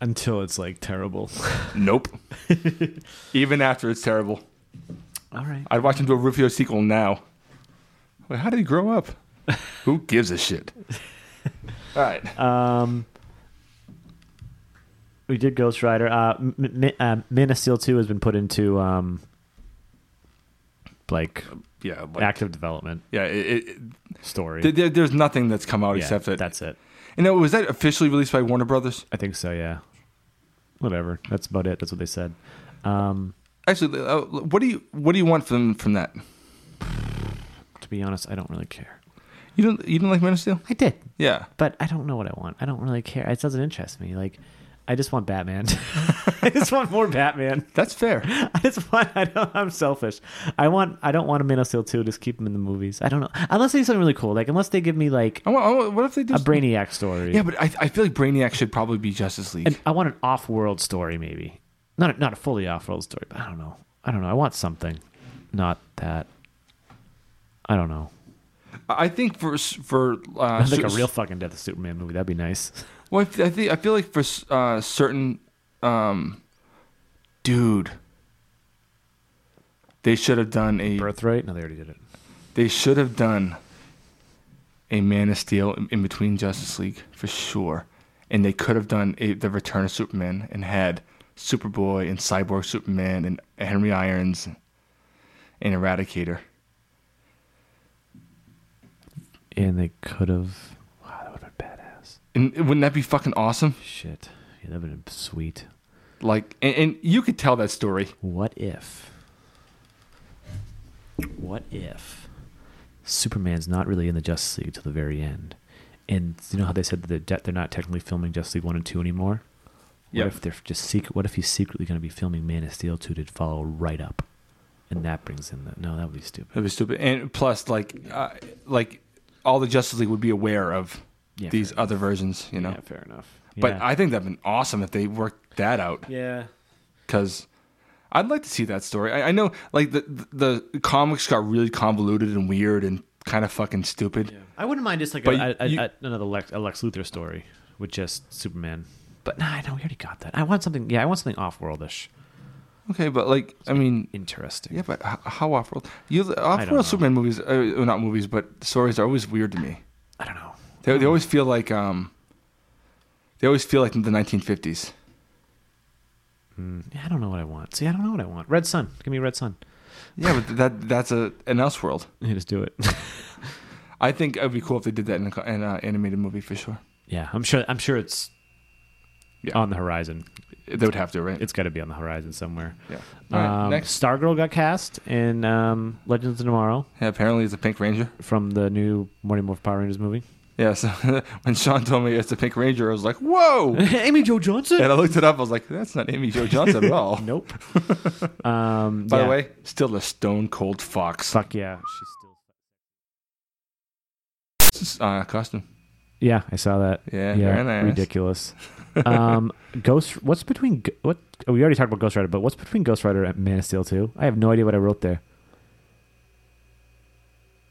[SPEAKER 1] until it's like terrible.
[SPEAKER 2] Nope. Even after it's terrible.
[SPEAKER 1] All right.
[SPEAKER 2] I'd watch him do a Rufio sequel now. Wait, how did he grow up? Who gives a shit? All right.
[SPEAKER 1] Um, We did Ghost Rider. Uh, M- M- uh, Man of Steel 2 has been put into um, like,
[SPEAKER 2] yeah, like,
[SPEAKER 1] active development
[SPEAKER 2] yeah. It, it,
[SPEAKER 1] story.
[SPEAKER 2] there- there, there's nothing that's come out
[SPEAKER 1] Yeah,
[SPEAKER 2] except that.
[SPEAKER 1] that's it.
[SPEAKER 2] You know, was that officially released by Warner Brothers?
[SPEAKER 1] I think so. Yeah. Whatever. That's about it. That's what they said. Um,
[SPEAKER 2] Actually, uh, what do you what do you want from from that?
[SPEAKER 1] to be honest, I don't really care.
[SPEAKER 2] You don't you don't like Man of Steel?
[SPEAKER 1] I did,
[SPEAKER 2] Yeah.
[SPEAKER 1] but I don't know what I want. I don't really care. It doesn't interest me. Like, I just want Batman. I just want more Batman.
[SPEAKER 2] That's fair.
[SPEAKER 1] I just want. I don't, I'm selfish. I want. I don't want a Man of Steel two. Just keep him in the movies. I don't know. Unless they do something really cool. Like unless they give me like
[SPEAKER 2] I want, I want- what if they do?
[SPEAKER 1] a Brainiac story.
[SPEAKER 2] yeah, but I, I feel like Brainiac should probably be Justice League.
[SPEAKER 1] And I want an off world story maybe. Not a, not a fully off world story. But I don't know. I don't know. I want something. Not that. I don't know.
[SPEAKER 2] I think for s- for uh,
[SPEAKER 1] I think a
[SPEAKER 2] cer-
[SPEAKER 1] real fucking Death of Superman movie. That'd be nice.
[SPEAKER 2] Well, I, th- I think I feel like for s- uh, certain, um, dude, they should have done a
[SPEAKER 1] Birthright? No, they already did it.
[SPEAKER 2] they should have done a Man of Steel in, in between Justice League for sure, and they could have done a, the Return of Superman and had Superboy and Cyborg Superman and Henry Irons and Eradicator.
[SPEAKER 1] And they could have. Wow, that would have been badass.
[SPEAKER 2] And wouldn't that be fucking awesome?
[SPEAKER 1] Shit. Yeah, that would have been sweet.
[SPEAKER 2] Like, and, and you could tell that story.
[SPEAKER 1] What if? What if Superman's not really in the Justice League till the very end? And you know how they said that they're, de- they're not technically filming Justice League one and two anymore. What
[SPEAKER 2] Yep.
[SPEAKER 1] if they're just secret? What if he's secretly going to be filming Man of Steel two to follow right up, and that brings in the no, that would be stupid.
[SPEAKER 2] That'd be stupid. And plus, like, uh, like all the Justice League would be aware of
[SPEAKER 1] Yeah,
[SPEAKER 2] these
[SPEAKER 1] fair
[SPEAKER 2] other versions, you know.
[SPEAKER 1] Yeah, fair enough.
[SPEAKER 2] But
[SPEAKER 1] Yeah.
[SPEAKER 2] I think that'd been awesome if they worked that out
[SPEAKER 1] yeah,
[SPEAKER 2] because I'd like to see that story. I, I know, like, the the comics got really convoluted and weird and kind of fucking stupid.
[SPEAKER 1] I wouldn't mind just like
[SPEAKER 2] But
[SPEAKER 1] a, a,
[SPEAKER 2] you-
[SPEAKER 1] a, another Lex, a Lex Luthor story with just Superman. But nah, I know we already got that. I want something. Yeah, I want something off-worldish,
[SPEAKER 2] Okay, but like, I mean,
[SPEAKER 1] interesting.
[SPEAKER 2] yeah, but h- how off world? You off
[SPEAKER 1] know.
[SPEAKER 2] world Superman movies, uh, well, not movies, but stories are always weird to me.
[SPEAKER 1] I don't know.
[SPEAKER 2] They, they always feel like um, they always feel like the 1950s.
[SPEAKER 1] Hmm. Yeah, I don't know what I want. See, I don't know what I want. Red Sun. Give me Red Sun.
[SPEAKER 2] Yeah, but that that's a an Elseworld.
[SPEAKER 1] Yeah, just do it.
[SPEAKER 2] I think it would be cool if they did that in an in a animated movie for sure.
[SPEAKER 1] yeah, I'm sure. I'm sure it's
[SPEAKER 2] Yeah.
[SPEAKER 1] on the horizon.
[SPEAKER 2] They would have to, right?
[SPEAKER 1] It's got to be on the horizon somewhere.
[SPEAKER 2] yeah. All right,
[SPEAKER 1] um,
[SPEAKER 2] next.
[SPEAKER 1] Stargirl got cast in um, Legends of Tomorrow
[SPEAKER 2] Yeah, apparently it's a Pink Ranger.
[SPEAKER 1] from the new Morning Morph Power Rangers movie.
[SPEAKER 2] Yeah, so when Sean told me it's a Pink Ranger, I was like, whoa. and
[SPEAKER 1] Amy Jo Johnson.
[SPEAKER 2] I looked it up. I was like, that's not Amy Jo Johnson at all.
[SPEAKER 1] Nope. um,
[SPEAKER 2] By
[SPEAKER 1] yeah.
[SPEAKER 2] the way, still the Stone Cold Fox
[SPEAKER 1] fuck yeah, she's still.
[SPEAKER 2] uh, costume.
[SPEAKER 1] Yeah, I saw that.
[SPEAKER 2] Yeah, very nice.
[SPEAKER 1] ridiculous. um, Ghost. What's between G- what? Oh, we already talked about Ghost Rider, but what's between Ghost Rider and Man of Steel two? I have no idea what I wrote there.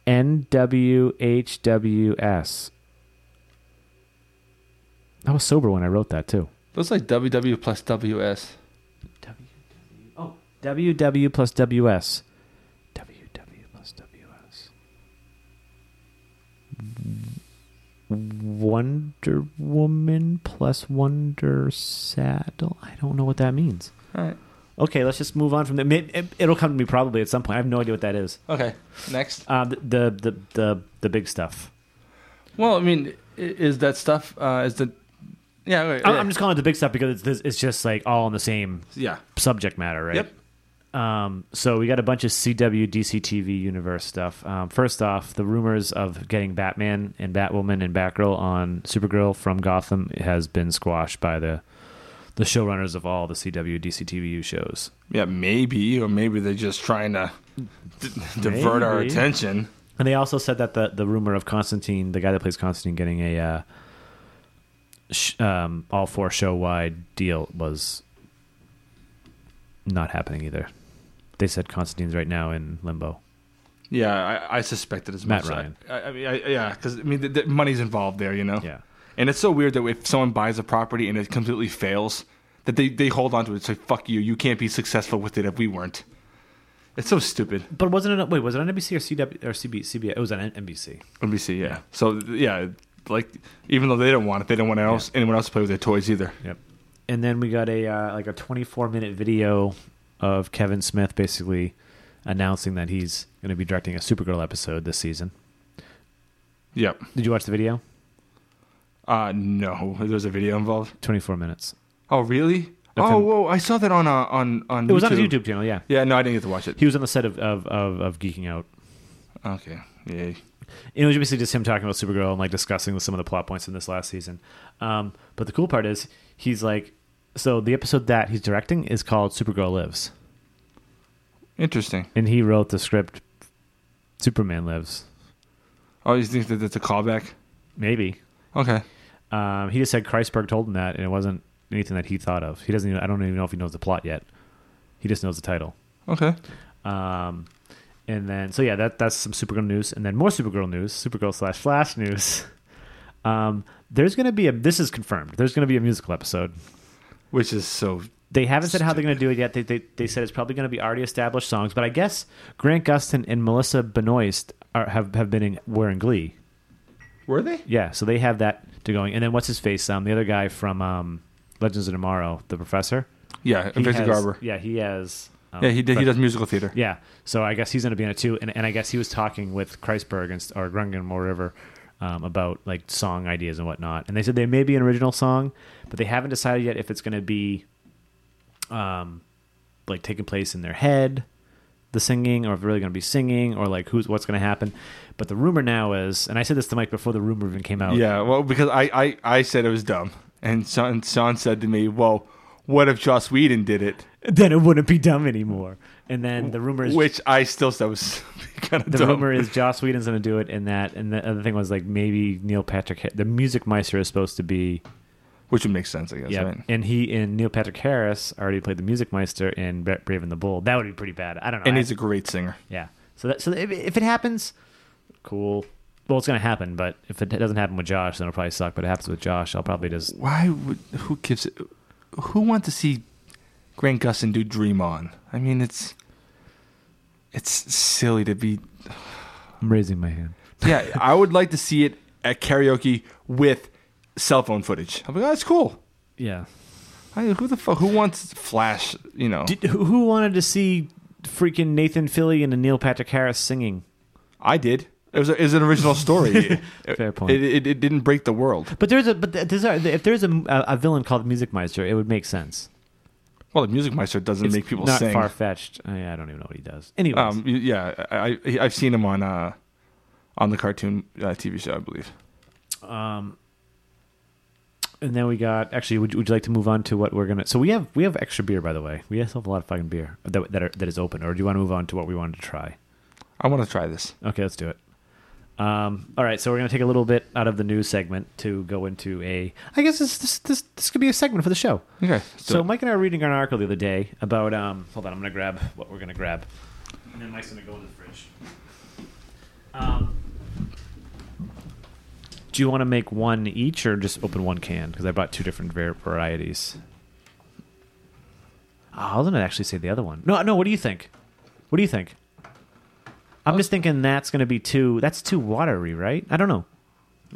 [SPEAKER 1] N W H W S. I was sober when I wrote that too.
[SPEAKER 2] Looks like WW plus WS.
[SPEAKER 1] W oh W W plus W S. W W plus W S. Wonder Woman plus Wonder Saddle. I don't know what that means.
[SPEAKER 2] All right.
[SPEAKER 1] Okay, let's just move on from that. It, it'll come to me probably at some point. I have no idea what that is.
[SPEAKER 2] Okay. Next.
[SPEAKER 1] Uh, the, the the the the big stuff.
[SPEAKER 2] Well, I mean, i- is that stuff, uh, is the. Yeah, wait,
[SPEAKER 1] I'm-
[SPEAKER 2] yeah.
[SPEAKER 1] I'm just calling it the big stuff because it's this, it's just like all in the same
[SPEAKER 2] Yeah.
[SPEAKER 1] subject matter, right?
[SPEAKER 2] Yep.
[SPEAKER 1] Um, so we got a bunch of CW, DC TV universe stuff. Um, first off, the rumors of getting Batman and Batwoman and Batgirl on Supergirl from Gotham has been squashed by the the showrunners of all the CW, DC TVU shows.
[SPEAKER 2] Yeah, maybe, or maybe they're just trying to d- divert our
[SPEAKER 1] Maybe.
[SPEAKER 2] attention.
[SPEAKER 1] And they also said that the the rumor of Constantine, the guy that plays Constantine, getting a uh, sh- um, all four show wide deal was not happening either. They said Constantine's right now in limbo.
[SPEAKER 2] Yeah, I, I suspected as
[SPEAKER 1] Matt
[SPEAKER 2] much.
[SPEAKER 1] Ryan.
[SPEAKER 2] I, I mean, I, yeah, because I mean, the, the money's involved there, you know.
[SPEAKER 1] Yeah.
[SPEAKER 2] And it's so weird that if someone buys a property and it completely fails, that they, they hold on to it. It's like fuck you, you can't be successful with it if we weren't. It's so stupid.
[SPEAKER 1] But wasn't it? Wait, was it on NBC or CW or CB, CBS? It was on N- NBC.
[SPEAKER 2] NBC, yeah. So yeah, like even though they don't want it, they don't want else, anyone else to play with their toys either.
[SPEAKER 1] Yep. And then we got a uh, like a 24 minute video of Kevin Smith basically announcing that he's going to be directing a Supergirl episode this season.
[SPEAKER 2] Yep.
[SPEAKER 1] Did you watch the video?
[SPEAKER 2] Uh no, there's a video involved.
[SPEAKER 1] 24 minutes.
[SPEAKER 2] Oh really?
[SPEAKER 1] Of
[SPEAKER 2] oh
[SPEAKER 1] him.
[SPEAKER 2] whoa, I saw that on uh, on on.
[SPEAKER 1] It was on his YouTube channel. Yeah,
[SPEAKER 2] Yeah, no, I didn't get to watch it.
[SPEAKER 1] he was on the set of of of, of Geeking Out.
[SPEAKER 2] Okay. Yay.
[SPEAKER 1] it was basically just him talking about Supergirl and like discussing some of the plot points in this last season. Um, but the cool part is he's like, so the episode that he's directing is called Supergirl Lives,
[SPEAKER 2] Interesting.
[SPEAKER 1] and he wrote the script Superman Lives.
[SPEAKER 2] Oh, you think that that's a callback?
[SPEAKER 1] Maybe
[SPEAKER 2] Okay.
[SPEAKER 1] um, he just said Kreisberg told him that, and it wasn't anything that he thought of. He doesn't. Even, I don't even know if he knows the plot yet. He just knows the title.
[SPEAKER 2] Okay.
[SPEAKER 1] Um, and then, so yeah, that that's some Supergirl news, and then more Supergirl news, Supergirl slash Flash news. Um, there's going to be a. This is confirmed. There's going to be a musical episode.
[SPEAKER 2] Which is so.
[SPEAKER 1] They haven't said how they're going to do it yet. They, they they said it's probably going to be already established songs, but I guess Grant Gustin and Melissa Benoist are, have have been in, were in Glee.
[SPEAKER 2] Were they?
[SPEAKER 1] Yeah, so they have that to going. And then what's his face? Um, the other guy from um, Legends of Tomorrow, the professor.
[SPEAKER 2] Yeah,
[SPEAKER 1] He
[SPEAKER 2] Victor
[SPEAKER 1] has-
[SPEAKER 2] Garber.
[SPEAKER 1] Yeah, he has. um,
[SPEAKER 2] Yeah, he did,
[SPEAKER 1] but-
[SPEAKER 2] he does musical theater.
[SPEAKER 1] yeah, so I guess he's going to be in it too, and, and I guess he was talking with Kreisberg and, or Grungen or whatever um, about like song ideas and whatnot. And they said there may be an original song, but they haven't decided yet if it's going to be, um, like taking place in their head, the singing, or if they're really going to be singing, or like who's what's going to happen. But the rumor now is, and I said this to Mike before the rumor even came out.
[SPEAKER 2] Yeah, well, because I, I, I said it was dumb. And Sean, Sean said to me, well, what if Joss Whedon did it?
[SPEAKER 1] Then it wouldn't be dumb anymore. And then the rumor is
[SPEAKER 2] Which I still said was kind of
[SPEAKER 1] the
[SPEAKER 2] dumb.
[SPEAKER 1] rumor is Joss Whedon's going to do it, and that, and the other thing was like maybe Neil Patrick, Ha- the music meister is supposed to be,
[SPEAKER 2] Which would make sense, I guess,
[SPEAKER 1] yeah,
[SPEAKER 2] right?
[SPEAKER 1] and he and Neil Patrick Harris already played the music meister in Bra- Brave and the Bold. That would be pretty bad. I don't know.
[SPEAKER 2] And
[SPEAKER 1] I-
[SPEAKER 2] he's a great singer.
[SPEAKER 1] yeah. So that so if, if it happens, cool. Well, it's going to happen, but if it doesn't happen with Josh, then it'll probably suck. But if it happens with Josh, I'll probably just
[SPEAKER 2] Why would. Who gives it. Who wants to see Grant Gustin do Dream On? I mean, it's. It's silly to be.
[SPEAKER 1] I'm raising my hand.
[SPEAKER 2] Yeah, I would like to see it at karaoke with cell phone footage. I'm like, oh, that's cool.
[SPEAKER 1] Yeah.
[SPEAKER 2] I, who the fuck? Who wants Flash? You know,
[SPEAKER 1] Did, who who wanted to see freaking Nathan Fillion and Neil Patrick Harris singing?
[SPEAKER 2] I did. It was, a, it was an original story.
[SPEAKER 1] Fair point.
[SPEAKER 2] It, it, it didn't break the world.
[SPEAKER 1] But there's a but th- there's a, if there's a, a villain called Music Meister, it would make sense.
[SPEAKER 2] Well, the music meister doesn't make people
[SPEAKER 1] not
[SPEAKER 2] sing.
[SPEAKER 1] far fetched. I, I don't even know what he does. Anyways,
[SPEAKER 2] um, y- yeah, I, I, I've seen him on uh, on the cartoon uh, TV show, I believe.
[SPEAKER 1] and then we got actually. Would, you- would you like to move on to what we're gonna? So we have we have extra beer, by the way. We also have a lot of fucking beer that that, are, that is open. Or do you want to move on to what we wanted to try?
[SPEAKER 2] I want to try this.
[SPEAKER 1] Okay, let's do it. Um, all right, so we're gonna take a little bit out of the news segment to go into a. I guess this this this, this could be a segment for the show.
[SPEAKER 2] Okay,
[SPEAKER 1] So Mike and I were reading an article the other day about. Um, hold on, I'm gonna grab what we're gonna grab, and then Mike's gonna go in the fridge. Um, do you want to make one each, or just open one can? Because I bought two different var- varieties. Oh, I was gonna actually say the other one. No, no. What do you think? What do you think? I'm just thinking that's gonna be too. That's too watery, right? I don't know.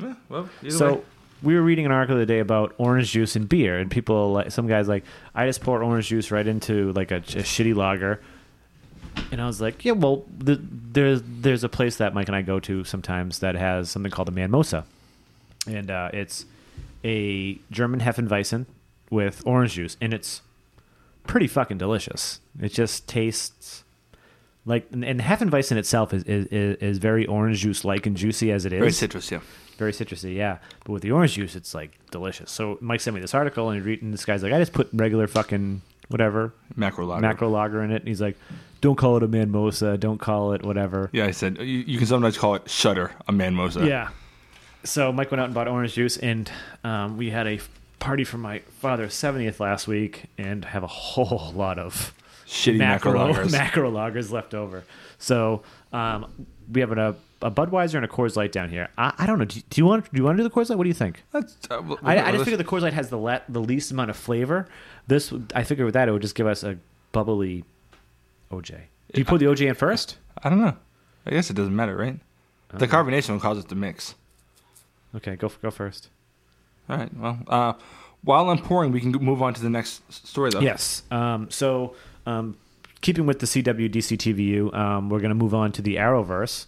[SPEAKER 2] yeah, well, either
[SPEAKER 1] So
[SPEAKER 2] way.
[SPEAKER 1] we were reading an article the other day about orange juice and beer, and people like some guys like I just pour orange juice right into like a, a shitty lager, and I was like, yeah, well, th there's there's a place that Mike and I go to sometimes that has something called a manmosa, and uh, it's a German Hefeweizen with orange juice, and it's pretty fucking delicious. It just tastes. Like and, and Hefeweizen itself is, is, is is very orange juice like and juicy as it is
[SPEAKER 2] very citrus, yeah.
[SPEAKER 1] very citrusy, yeah. But with the orange juice, it's like delicious. So Mike sent me this article, and, read, and this guy's like, I just put regular fucking whatever
[SPEAKER 2] Macro lager.
[SPEAKER 1] macro lager in it, and he's like, don't call it a manmosa, don't call it whatever.
[SPEAKER 2] Yeah, I said you, you can sometimes call it Shutter a man mosa.
[SPEAKER 1] Yeah. So Mike went out and bought orange juice, and um, we had a party for my father's seventieth last week, and have a whole lot of
[SPEAKER 2] shitty macro, lagers.
[SPEAKER 1] macro lagers left over. So um, we have an, a a Budweiser and a Coors Light down here. I, I don't know. Do you, do you want do you want to do the Coors Light? What do you think?
[SPEAKER 2] That's, uh, well,
[SPEAKER 1] I, I
[SPEAKER 2] let's-
[SPEAKER 1] just figured the Coors Light has the le- the least amount of flavor. This I figured with that it would just give us a bubbly OJ. Do you put the OJ in first?
[SPEAKER 2] I don't know. I guess it doesn't matter, right?
[SPEAKER 1] Uh-huh.
[SPEAKER 2] The carbonation will cause it to mix.
[SPEAKER 1] Okay, go go first.
[SPEAKER 2] All right. Well, uh, while I'm pouring, we can go- move on to the next s- story, though.
[SPEAKER 1] Yes. Um, so, um, keeping with the CW DC TVU, um, we're going to move on to the Arrowverse.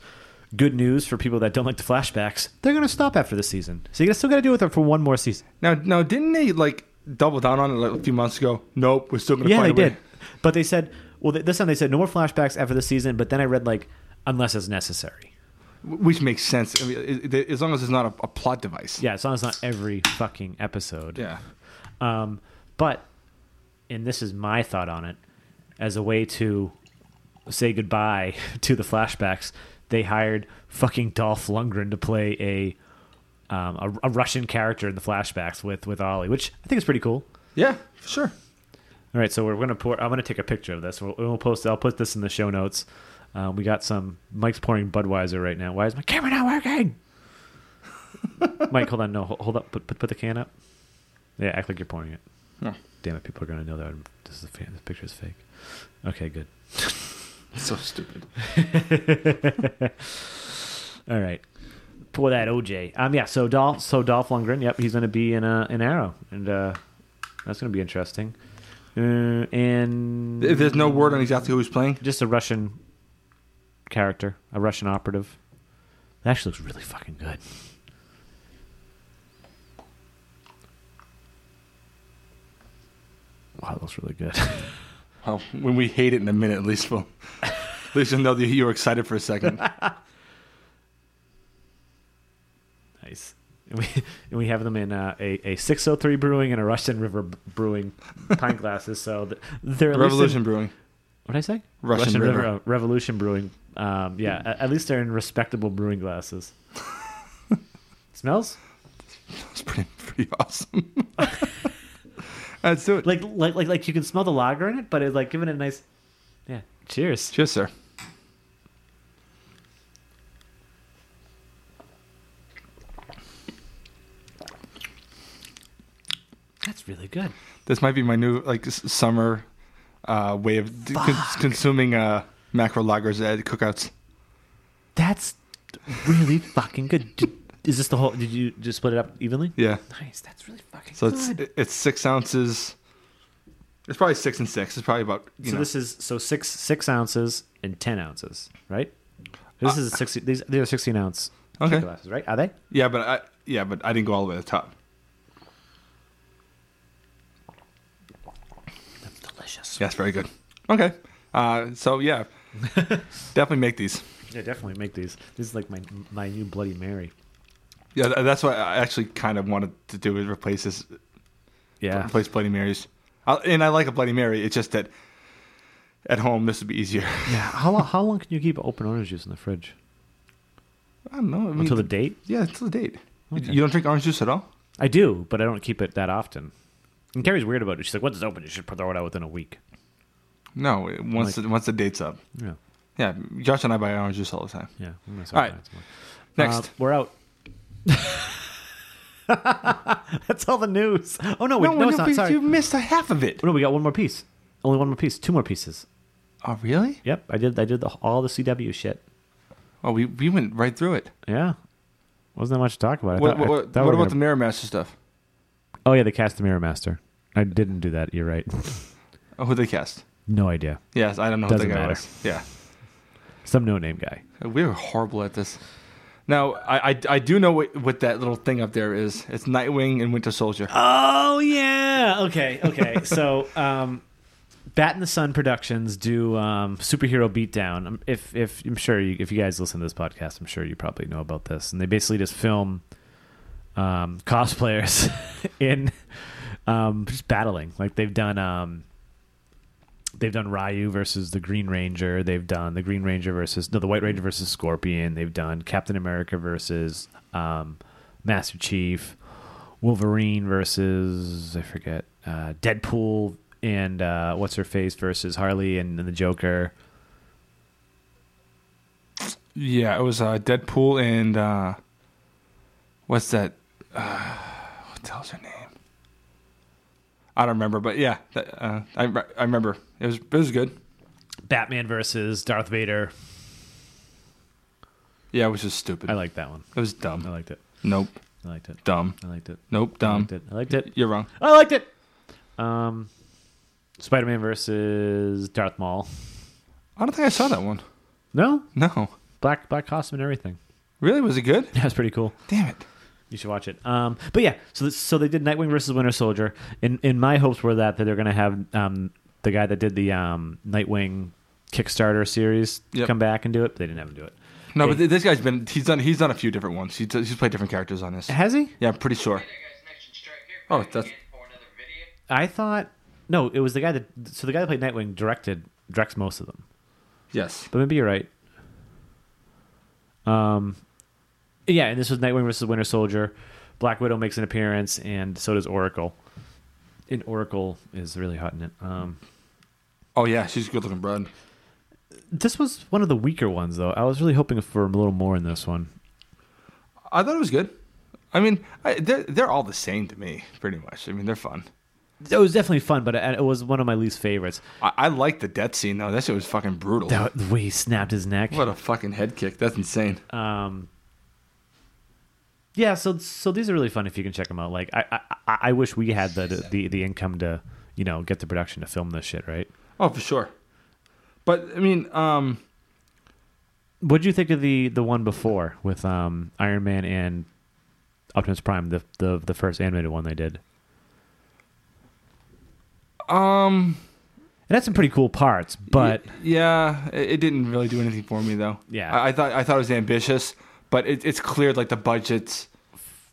[SPEAKER 1] Good news for people that don't like the flashbacks, they're going to stop after this season. So you still got to deal with them for one more season.
[SPEAKER 2] Now, now, didn't they like double down on it like, a few months ago? Nope, we're still gonna.
[SPEAKER 1] Yeah,
[SPEAKER 2] find
[SPEAKER 1] they
[SPEAKER 2] a way.
[SPEAKER 1] did. But they said, well, th- this time they said no more flashbacks after the season. But then I read like, unless it's necessary.
[SPEAKER 2] Which makes sense. I mean, it- it- as long as it's not a, a plot device.
[SPEAKER 1] Yeah, as long as not every fucking episode.
[SPEAKER 2] Yeah.
[SPEAKER 1] Um, but, and this is my thought on it, as a way to say goodbye to the flashbacks, they hired fucking Dolph Lundgren to play a um, a, a Russian character in the flashbacks with with Ollie, which I think is pretty cool.
[SPEAKER 2] Yeah. For sure.
[SPEAKER 1] All right, so we're gonna pour. I'm gonna take a picture of this. We'll, we'll post. I'll put this in the show notes. Uh, we got some. Mike's pouring Budweiser right now. Why is my camera not working? Mike, hold on. No, ho- hold up. Put, put put the can up. Yeah, act like you're pouring it.
[SPEAKER 2] No.
[SPEAKER 1] Damn it! People are gonna know that I'm- this is a fan. This picture is fake. Okay, good.
[SPEAKER 2] So stupid.
[SPEAKER 1] All right. Pour that OJ. Um, yeah. So Dolph. So Dolph Lundgren. Yep, he's gonna be in a an arrow, and uh, that's gonna be interesting. Uh, and
[SPEAKER 2] If there's no word on exactly who he's playing,
[SPEAKER 1] just a Russian character, a Russian operative. That actually looks really fucking good. Wow, that looks really good.
[SPEAKER 2] well, when we hate it in a minute, at least we'll, at least you'll know that you were excited for a second.
[SPEAKER 1] nice. And we, and we have them in uh, a, a 603 brewing and a Russian River b- brewing pint glasses. So th- they're at least in-
[SPEAKER 2] Revolution Brewing.
[SPEAKER 1] what did I say?
[SPEAKER 2] Russian River.
[SPEAKER 1] uh, Revolution Brewing. Um, yeah, a- at least they're in respectable brewing glasses. Smells?
[SPEAKER 2] That's pretty pretty awesome. Let's do it.
[SPEAKER 1] like like like like you can smell the lager in it, but it's like giving it a nice yeah. Cheers.
[SPEAKER 2] Cheers, sir.
[SPEAKER 1] That's really good.
[SPEAKER 2] This might be my new like s- summer uh, way of d- con- consuming uh, macro lagers at cookouts.
[SPEAKER 1] That's really fucking good. Did, is this the whole? Did you just split it up evenly?
[SPEAKER 2] Yeah.
[SPEAKER 1] Nice. That's really fucking
[SPEAKER 2] So it's
[SPEAKER 1] good.
[SPEAKER 2] it's six ounces. It's probably six and six. It's probably about you
[SPEAKER 1] so
[SPEAKER 2] know.
[SPEAKER 1] this is so six six ounces and ten ounces, right? This is a sixty. These these are sixteen ounce
[SPEAKER 2] Uh, Okay.
[SPEAKER 1] glasses, right? Are they?
[SPEAKER 2] yeah, but I yeah, but I didn't go all the way to the top.
[SPEAKER 1] That's delicious.
[SPEAKER 2] Yeah, it's very good. Okay. Uh, so yeah, definitely make these.
[SPEAKER 1] Yeah, definitely make these. This is like my my new Bloody Mary.
[SPEAKER 2] Yeah, th- that's what I actually kind of wanted to do is replace this
[SPEAKER 1] Yeah.
[SPEAKER 2] replace Bloody Marys. I, and I like a Bloody Mary. It's just that at home this would be easier.
[SPEAKER 1] Yeah. How long, how long can you keep open orange juice in the fridge
[SPEAKER 2] I don't know. I mean,
[SPEAKER 1] until the date?
[SPEAKER 2] yeah, until the date. You-
[SPEAKER 1] Okay.
[SPEAKER 2] You don't drink orange juice at all?
[SPEAKER 1] I do, but I don't keep it that often. And Carrie's weird about it. She's like, "Once it's open, you should throw it out within a week."
[SPEAKER 2] No. it- Once the, once the date's up.
[SPEAKER 1] Yeah,
[SPEAKER 2] Yeah, Josh and I buy orange juice all the time.
[SPEAKER 1] yeah. I'm gonna
[SPEAKER 2] All right.
[SPEAKER 1] stop that.
[SPEAKER 2] Next.
[SPEAKER 1] Uh, we're out. That's all the news. Oh no, wait, no, it's not.
[SPEAKER 2] you-
[SPEAKER 1] Sorry. Oh,
[SPEAKER 2] you missed a half of it.
[SPEAKER 1] No, we got one more piece. Only one more piece. Two more pieces.
[SPEAKER 2] Oh, really?
[SPEAKER 1] Yep, I did. I did the, all the CW shit.
[SPEAKER 2] Oh, we, we went right through it.
[SPEAKER 1] Yeah, wasn't that much to talk about. I
[SPEAKER 2] What,
[SPEAKER 1] thought- I
[SPEAKER 2] what, what,
[SPEAKER 1] thought we
[SPEAKER 2] what
[SPEAKER 1] were
[SPEAKER 2] about the
[SPEAKER 1] gonna-
[SPEAKER 2] Mirror Master stuff?
[SPEAKER 1] Oh yeah, the cast the Mirror Master. I didn't do that. You're right.
[SPEAKER 2] Oh, who they cast?
[SPEAKER 1] No idea.
[SPEAKER 2] Yes, I don't know
[SPEAKER 1] Doesn't
[SPEAKER 2] who the guy
[SPEAKER 1] matter.
[SPEAKER 2] was. Yeah.
[SPEAKER 1] Some no name guy.
[SPEAKER 2] We are horrible at this. Now, I, I, I do know what, what that little thing up there is. It's Nightwing and Winter Soldier.
[SPEAKER 1] Oh yeah. Okay. Okay. so, um, Bat in the Sun Productions do um, superhero beatdown. Um, If if I'm sure you, if you guys listen to this podcast, I'm sure you probably know about this. And they basically just film um, cosplayers in um, just battling. Like they've done. Um, They've done Ryu versus the Green Ranger. They've done the Green Ranger versus no, the White Ranger versus Scorpion. They've done Captain America versus um, Master Chief, Wolverine versus I forget uh, Deadpool and uh, what's her face versus Harley and, and the Joker.
[SPEAKER 2] Yeah, it was uh, Deadpool and uh, what's that? Uh, what the hell's her name? I don't remember, but yeah, that, uh, I re- I remember it was it was good.
[SPEAKER 1] Batman versus Darth Vader.
[SPEAKER 2] Yeah, which is stupid.
[SPEAKER 1] I like that one.
[SPEAKER 2] it was
[SPEAKER 1] I
[SPEAKER 2] dumb.
[SPEAKER 1] liked it.
[SPEAKER 2] nope.
[SPEAKER 1] I liked it.
[SPEAKER 2] Dumb.
[SPEAKER 1] I liked it.
[SPEAKER 2] Nope.
[SPEAKER 1] I
[SPEAKER 2] Dumb.
[SPEAKER 1] liked it. I liked it.
[SPEAKER 2] You're wrong.
[SPEAKER 1] I liked it. Um, Spider Man versus Darth Maul.
[SPEAKER 2] I don't think I saw that one.
[SPEAKER 1] No,
[SPEAKER 2] No.
[SPEAKER 1] black black costume and everything.
[SPEAKER 2] Really? Was it good?
[SPEAKER 1] That was pretty cool.
[SPEAKER 2] Damn it.
[SPEAKER 1] You should watch it. Um, but yeah, so this, so they did Nightwing versus Winter Soldier, and and my hopes were that that they're gonna have um the guy that did the um Nightwing Kickstarter series
[SPEAKER 2] Yep.
[SPEAKER 1] come back and do it. They didn't have him do it.
[SPEAKER 2] No, but
[SPEAKER 1] Hey.
[SPEAKER 2] th- this guy's been he's done he's done a few different ones. He's, he's played different characters on this.
[SPEAKER 1] Has he?
[SPEAKER 2] Yeah, I'm pretty sure. Oh, that's-
[SPEAKER 1] I thought no, it was the guy that so the guy that played Nightwing directed directs most of them.
[SPEAKER 2] Yes.
[SPEAKER 1] But maybe you're right. Um, yeah, and this was Nightwing versus Winter Soldier. Black Widow makes an appearance, and so does Oracle. And Oracle is really hot in it. Um,
[SPEAKER 2] Oh yeah, she's a good looking broad.
[SPEAKER 1] this was one of the weaker ones, though. I was really hoping for a little more in this one.
[SPEAKER 2] I thought it was good. I mean, I, they're they're all the same to me, pretty much. I mean, they're fun.
[SPEAKER 1] It was definitely fun, but it it was one of my least favorites.
[SPEAKER 2] I, I like the death scene though. That shit was fucking brutal.
[SPEAKER 1] That, the way he snapped his neck.
[SPEAKER 2] What a fucking head kick. That's insane.
[SPEAKER 1] Um, yeah, so so these are really fun if you can check them out. Like I I, I- I wish we had the, the the income to you know get the production to film this shit, right?
[SPEAKER 2] Oh, for sure. But I mean, um,
[SPEAKER 1] What did you think of the the one before with um, Iron Man and Optimus Prime, the, the the first animated one they did?
[SPEAKER 2] um,
[SPEAKER 1] It had some pretty cool parts, but
[SPEAKER 2] y- yeah, it, it didn't really do anything for me though.
[SPEAKER 1] Yeah.
[SPEAKER 2] I, I thought I thought it was ambitious, but it, it's clear like the budgets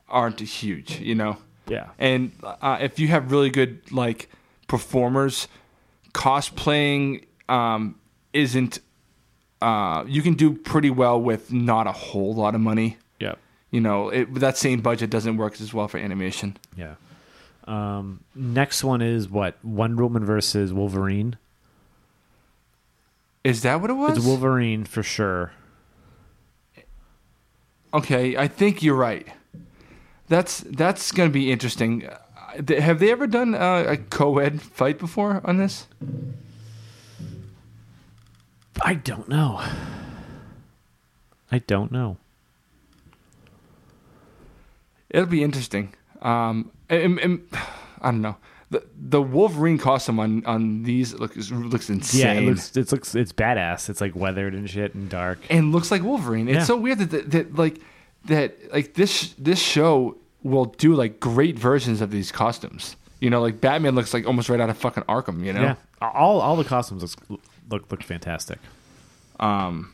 [SPEAKER 2] aren't huge, you know.
[SPEAKER 1] yeah,
[SPEAKER 2] And uh, if you have really good like performers, cosplaying um, isn't. Uh, you can do pretty well with not a whole lot of money.
[SPEAKER 1] yeah,
[SPEAKER 2] You know, it, that same budget doesn't work as well for animation.
[SPEAKER 1] yeah. Um, next one is what Wonder Woman versus Wolverine.
[SPEAKER 2] Is that what it was?
[SPEAKER 1] It's Wolverine for sure.
[SPEAKER 2] Okay, I think you're right. That's that's going to be interesting. Uh, th- Have they ever done uh, a co-ed fight before on this?
[SPEAKER 1] I don't know. I don't know.
[SPEAKER 2] It'll be interesting. Um, and, and- I don't know. The the Wolverine costume on on these look is, looks insane.
[SPEAKER 1] Yeah, it looks it looks it's badass. It's like weathered and shit and dark.
[SPEAKER 2] and looks like Wolverine. It's
[SPEAKER 1] Yeah.
[SPEAKER 2] so weird that, that that like that like this this show will do like great versions of these costumes. You know, like Batman looks like almost right out of fucking Arkham. You know.
[SPEAKER 1] Yeah, all all the costumes look look look fantastic.
[SPEAKER 2] um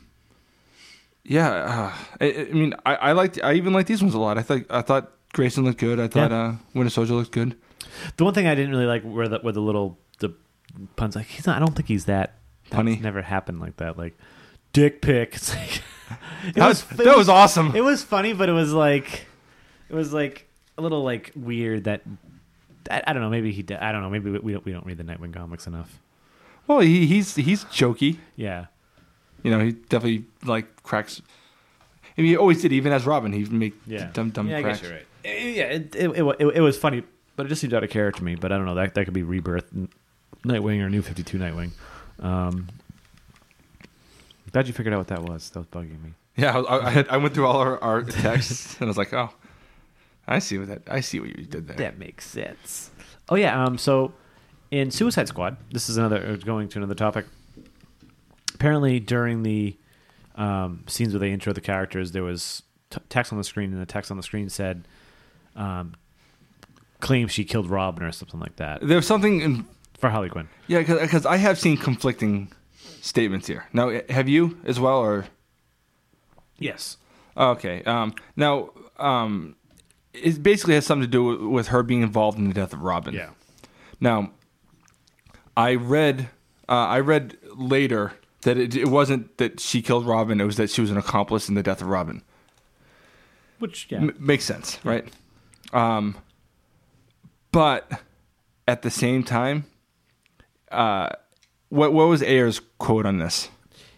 [SPEAKER 2] yeah uh, I, I mean I, I liked i even liked these ones a lot i thought i thought grayson looked good i thought
[SPEAKER 1] Yeah.
[SPEAKER 2] uh winter soldier looked good
[SPEAKER 1] The one thing I didn't really like were the were the little the puns. Like he's not. I don't think he's that. That's
[SPEAKER 2] Punny.
[SPEAKER 1] never happened like that. Like dick pic. It's like it
[SPEAKER 2] that was, that was awesome
[SPEAKER 1] It was funny, but it was like it was like a little like weird that. I, I don't know. Maybe he. Did, I don't know. Maybe we, we don't. We don't read the Nightwing comics enough.
[SPEAKER 2] well he, he's he's jokey
[SPEAKER 1] Yeah.
[SPEAKER 2] you know he definitely like cracks I mean, he always did even as robin he make
[SPEAKER 1] Yeah.
[SPEAKER 2] dumb dumb
[SPEAKER 1] yeah, I
[SPEAKER 2] cracks
[SPEAKER 1] guess you're right. Eh, Yeah. It, it, it, wa- it, it was funny, but it just seemed out of character to me. But I don't know. That that could be rebirth N- Nightwing or New Fifty Two Nightwing. Um, glad you figured out what that was. That was bugging me.
[SPEAKER 2] yeah i, I, had, I went through all our, our texts and i was like oh i see what that i see what you did there
[SPEAKER 1] That makes sense. Oh yeah. Um. So, in Suicide Squad, this is another uh, going to another topic. Apparently, during the um, scenes where they intro the characters, there was t- text on the screen, and the text on the screen said, um, "Claims she killed Robin" or something like that
[SPEAKER 2] there was something in
[SPEAKER 1] for Harley Quinn.
[SPEAKER 2] yeah because i have seen conflicting statements here now eh, have you as well or
[SPEAKER 1] Yes.
[SPEAKER 2] Okay. Um, now, um, it basically has something to do with, with her being involved in the death of Robin.
[SPEAKER 1] Yeah.
[SPEAKER 2] Now, I read, uh, I read later that it, it wasn't that she killed Robin; it was that she was an accomplice in the death of Robin.
[SPEAKER 1] Which yeah.
[SPEAKER 2] M- makes sense, right? Um, but at the same time, uh, what what was Ayer's quote on this?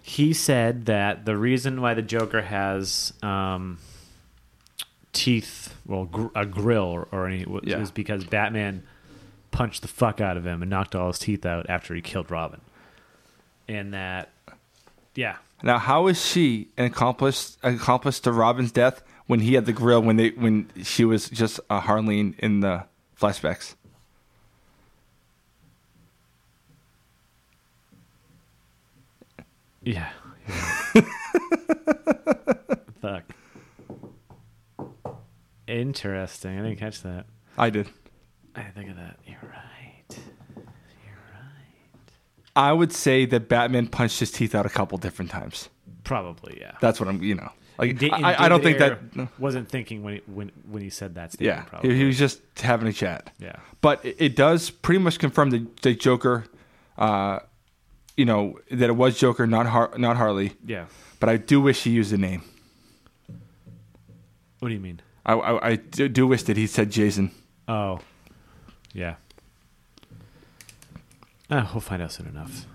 [SPEAKER 1] he said that the reason why the Joker has um, teeth, well, gr- a grill or, or any, was
[SPEAKER 2] Yeah.
[SPEAKER 1] because Batman punched the fuck out of him and knocked all his teeth out after he killed Robin. and that yeah
[SPEAKER 2] Now, how is she an accomplice accomplice to Robin's death when he had the grill when they when she was just uh, Harleen in the flashbacks?
[SPEAKER 1] yeah. Fuck. Interesting. I didn't catch that.
[SPEAKER 2] I did.
[SPEAKER 1] I didn't think of that. You're right.
[SPEAKER 2] I would say that Batman punched his teeth out a couple different times.
[SPEAKER 1] Probably yeah.
[SPEAKER 2] That's what I'm. You know, like
[SPEAKER 1] Da- and
[SPEAKER 2] I, I don't
[SPEAKER 1] David
[SPEAKER 2] think that.
[SPEAKER 1] Ayer wasn't thinking when he, when when he said that statement.
[SPEAKER 2] yeah,
[SPEAKER 1] probably.
[SPEAKER 2] he, he was just having a chat.
[SPEAKER 1] yeah.
[SPEAKER 2] but it, it does pretty much confirm that the Joker, uh, you know, that it was Joker, not Har- not Harley.
[SPEAKER 1] Yeah.
[SPEAKER 2] But I do wish he used the name.
[SPEAKER 1] What do you mean?
[SPEAKER 2] I, I, I do do wish that he said Jason.
[SPEAKER 1] Oh, yeah. Oh, we'll find out soon enough.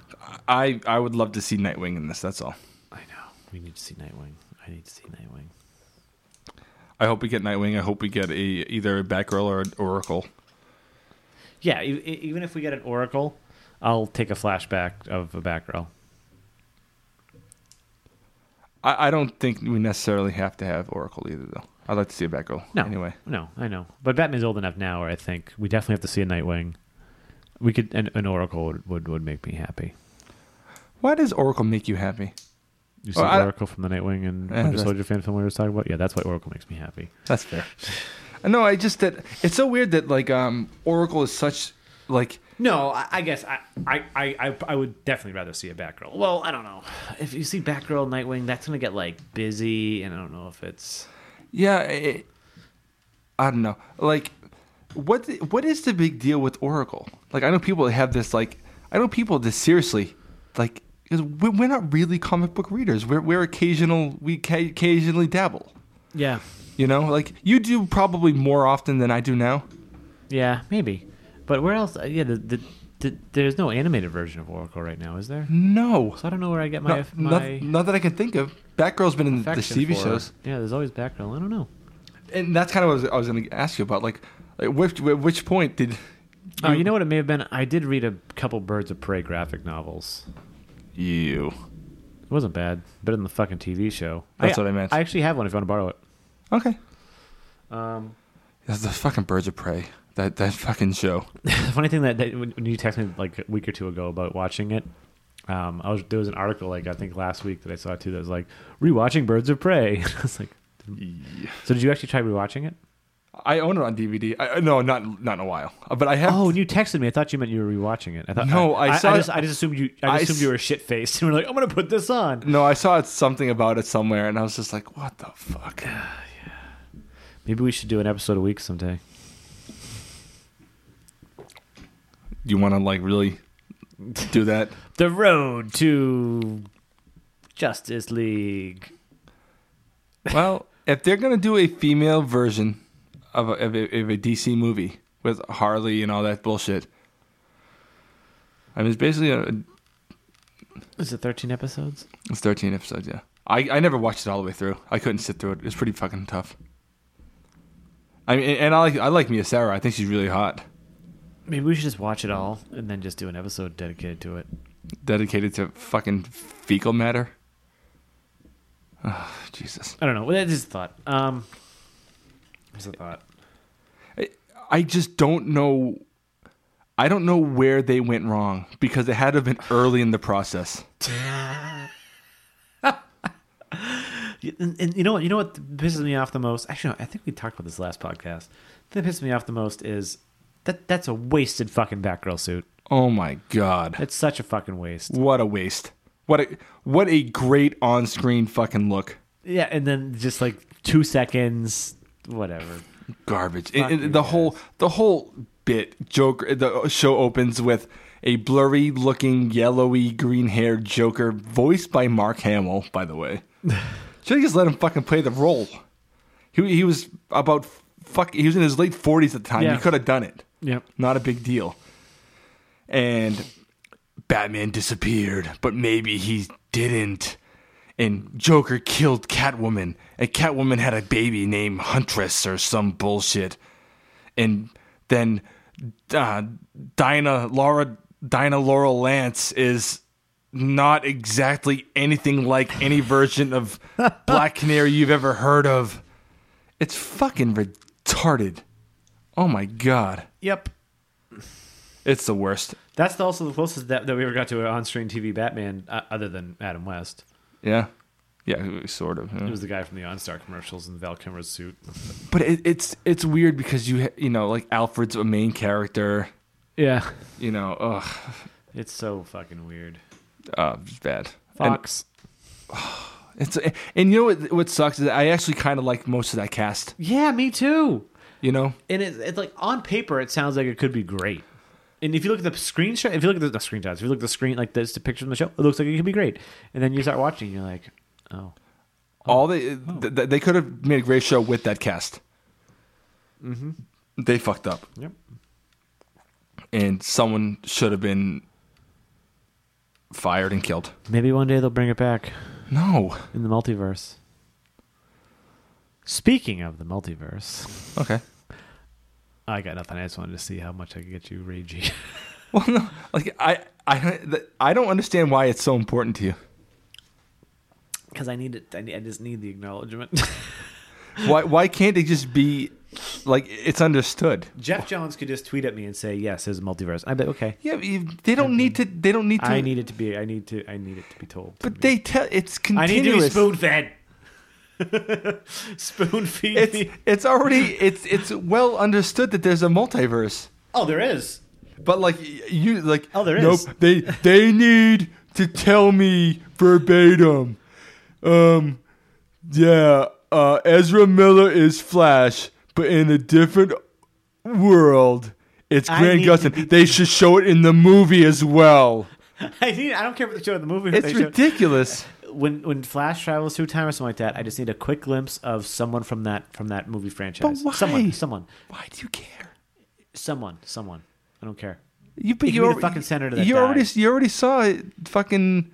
[SPEAKER 2] I I would love to see Nightwing in this. That's all.
[SPEAKER 1] I know. We need to see Nightwing. I need to see Nightwing.
[SPEAKER 2] I hope we get Nightwing. I hope we get a either a Batgirl or an Oracle.
[SPEAKER 1] Yeah, e- e- even if we get an Oracle, I'll take a flashback of a Batgirl.
[SPEAKER 2] I, I don't think we necessarily have to have Oracle either, though. I'd like to see a Batgirl.
[SPEAKER 1] No.
[SPEAKER 2] Anyway,
[SPEAKER 1] No, I know. But Batman's old enough now where I think we definitely have to see a Nightwing. We could an, an Oracle would, would would make me happy.
[SPEAKER 2] why does Oracle make you happy?
[SPEAKER 1] You see
[SPEAKER 2] Well, I-
[SPEAKER 1] Oracle from the Nightwing and
[SPEAKER 2] Yeah,
[SPEAKER 1] Winter
[SPEAKER 2] that's-
[SPEAKER 1] Soldier fan film we were talking about? Yeah, that's why Oracle makes me happy.
[SPEAKER 2] That's fair. no, I just that it's so weird that like um Oracle is such like
[SPEAKER 1] No, I, I guess I, I, I, I would definitely rather see a Batgirl. Well, I don't know. If you see Batgirl Nightwing, that's gonna get like busy, and I don't know if it's.
[SPEAKER 2] yeah. It, I don't know. Like, what what is the big deal with Oracle? Like, I know people have this like I know people this seriously like because we're not really comic book readers. We're we're occasional we ca- occasionally dabble.
[SPEAKER 1] Yeah,
[SPEAKER 2] You know, like you do probably more often than I do now.
[SPEAKER 1] yeah, maybe. But where else? uh, Yeah, the, the, the there's no animated version of Oracle right now, is there?
[SPEAKER 2] No,
[SPEAKER 1] So I don't know where I get my
[SPEAKER 2] not,
[SPEAKER 1] my
[SPEAKER 2] not, not that I can think of. Batgirl's been in the
[SPEAKER 1] affection
[SPEAKER 2] TV
[SPEAKER 1] for.
[SPEAKER 2] shows,
[SPEAKER 1] Yeah, there's always Batgirl. I don't know.
[SPEAKER 2] and that's kind of what I was, I was going to ask you about. Like, like which, at which point did?
[SPEAKER 1] Oh, you know what it may have been? I did read a couple Birds of Prey graphic novels.
[SPEAKER 2] You.
[SPEAKER 1] It wasn't bad. Better than the fucking TV show.
[SPEAKER 2] That's what I meant.
[SPEAKER 1] I actually have one if you want to borrow it.
[SPEAKER 2] Okay.
[SPEAKER 1] Um,
[SPEAKER 2] That's the fucking Birds of Prey. That that fucking show.
[SPEAKER 1] The funny thing that, that when when you texted me like a week or two ago about watching it, um, I was there was an article like I think last week that I saw too that was like rewatching Birds of Prey. I was like, so did you actually try rewatching it?
[SPEAKER 2] I own it on DVD. I, I- no, not not in a while, Uh, but I have.
[SPEAKER 1] Oh, and you texted me. I thought you meant you were rewatching it. I thought
[SPEAKER 2] No, I saw
[SPEAKER 1] I
[SPEAKER 2] it-
[SPEAKER 1] just, I just assumed you. I,
[SPEAKER 2] I
[SPEAKER 1] just assumed
[SPEAKER 2] s-
[SPEAKER 1] you were shit faced and were like, I'm gonna put this on.
[SPEAKER 2] no, I saw it something about it somewhere, and I was just like, "What the fuck?"
[SPEAKER 1] Maybe we should do an episode a week someday.
[SPEAKER 2] You want to like really do that?
[SPEAKER 1] The road to Justice League.
[SPEAKER 2] Well, if they're gonna do a female version of a, of a, of a DC movie with Harley and all that bullshit, I mean, it's basically a,
[SPEAKER 1] Is it 13 episodes?
[SPEAKER 2] it's thirteen episodes. Yeah, I I never watched it all the way through. I couldn't sit through it. It's pretty fucking tough. I mean, and I like I like Mia Sarah. I think she's really hot.
[SPEAKER 1] Maybe we should just watch it all and then just do an episode dedicated to it.
[SPEAKER 2] Dedicated to fucking fecal matter. Oh, Jesus,
[SPEAKER 1] I don't know. Well, That is a thought. Um, it's a thought.
[SPEAKER 2] I just don't know. I don't know where they went wrong because it had to have been early in the process.
[SPEAKER 1] And, and you know what? You know what pisses me off the most? Actually, no, I think we talked about this last podcast. The thing that pisses me off the most is that that's a wasted fucking Batgirl suit.
[SPEAKER 2] Oh my god.
[SPEAKER 1] It's such a fucking waste.
[SPEAKER 2] What a waste. What a what a great on-screen fucking look.
[SPEAKER 1] Yeah, and then just like two seconds, whatever.
[SPEAKER 2] Garbage. And- and
[SPEAKER 1] you
[SPEAKER 2] the whole the whole bit Joker the show opens with a blurry looking yellowy green-haired Joker voiced by Mark Hamill, by the way. Should have just let him fucking play the role. He he was about fuck he was in his late 40s at the time.
[SPEAKER 1] Yeah.
[SPEAKER 2] He could have done it.
[SPEAKER 1] Yep.
[SPEAKER 2] Not a big deal. And Batman disappeared, but maybe he didn't. And Joker killed Catwoman, and Catwoman had a baby named Huntress or some bullshit. And then uh, Dinah Laura Dinah Laurel Lance is not exactly anything like any version of Black Canary you've ever heard of. It's fucking retarded. Oh my god.
[SPEAKER 1] Yep.
[SPEAKER 2] It's the worst.
[SPEAKER 1] That's also the closest that, that we ever got to an on-screen TV Batman, uh, other than Adam West.
[SPEAKER 2] Yeah. Yeah, sort of. yeah.
[SPEAKER 1] It was the guy from the OnStar commercials in Val Kilmer's suit.
[SPEAKER 2] But it, it's it's weird because you ha- you know like Alfred's a main character.
[SPEAKER 1] Yeah,
[SPEAKER 2] You know, ugh,
[SPEAKER 1] it's so fucking weird.
[SPEAKER 2] uh, it's bad. And
[SPEAKER 1] Fox.
[SPEAKER 2] it's and you know what what sucks is that I actually kind of like most of that cast.
[SPEAKER 1] yeah, me too.
[SPEAKER 2] You know,
[SPEAKER 1] And it's, it's like on paper, it sounds like it could be great. And if you look at the screenshot, if you look at the, the screenshots, if you look at the screen like this, the picture from the show, it looks like it could be great. And then you start watching, and you're like, oh,
[SPEAKER 2] all they th- th- they could have made a great show with that cast. Mm-hmm. They fucked up,
[SPEAKER 1] yep,
[SPEAKER 2] and someone should have been fired and killed.
[SPEAKER 1] maybe one day they'll bring it back
[SPEAKER 2] No.
[SPEAKER 1] in the multiverse. Speaking of the multiverse,
[SPEAKER 2] Okay.
[SPEAKER 1] I got nothing. I just wanted to see how much I could get you ragey.
[SPEAKER 2] Well, no. Like I I th- I don't understand why it's so important to you.
[SPEAKER 1] because I need it. I, need, I just need the acknowledgement.
[SPEAKER 2] Why why can't they just be like it's understood?
[SPEAKER 1] Jeff Johns could just tweet at me and say, "Yes, there's a multiverse." I'd be like, okay.
[SPEAKER 2] Yeah, but you- they don't need to. They don't need to.
[SPEAKER 1] I need it to be. I need to. I need it to be told. to
[SPEAKER 2] but
[SPEAKER 1] me.
[SPEAKER 2] they tell it's
[SPEAKER 1] I need
[SPEAKER 2] continuous.
[SPEAKER 1] to be spoon fed. spoon feed me.
[SPEAKER 2] it's it's already it's it's well understood that there's a multiverse.
[SPEAKER 1] Oh, there is.
[SPEAKER 2] But like y- you like
[SPEAKER 1] Oh, there
[SPEAKER 2] nope,
[SPEAKER 1] is.
[SPEAKER 2] They they need to tell me verbatim. Um, yeah. Uh, Ezra Miller is Flash, but in a different world. It's
[SPEAKER 1] I
[SPEAKER 2] Grant
[SPEAKER 1] need to
[SPEAKER 2] Gustin.
[SPEAKER 1] be-
[SPEAKER 2] they should show it in the movie as well.
[SPEAKER 1] I need. I don't care if they show it in the movie. or if
[SPEAKER 2] It's
[SPEAKER 1] they show it-
[SPEAKER 2] ridiculous.
[SPEAKER 1] When when Flash travels through time or something like that, I just need a quick glimpse of someone from that from that movie franchise.
[SPEAKER 2] why?
[SPEAKER 1] Someone, someone,
[SPEAKER 2] Why do you care?
[SPEAKER 1] someone, someone. I don't care.
[SPEAKER 2] You, but
[SPEAKER 1] It
[SPEAKER 2] you
[SPEAKER 1] could be the
[SPEAKER 2] alre-
[SPEAKER 1] fucking center to that
[SPEAKER 2] You
[SPEAKER 1] guy.
[SPEAKER 2] already you already saw it. Fucking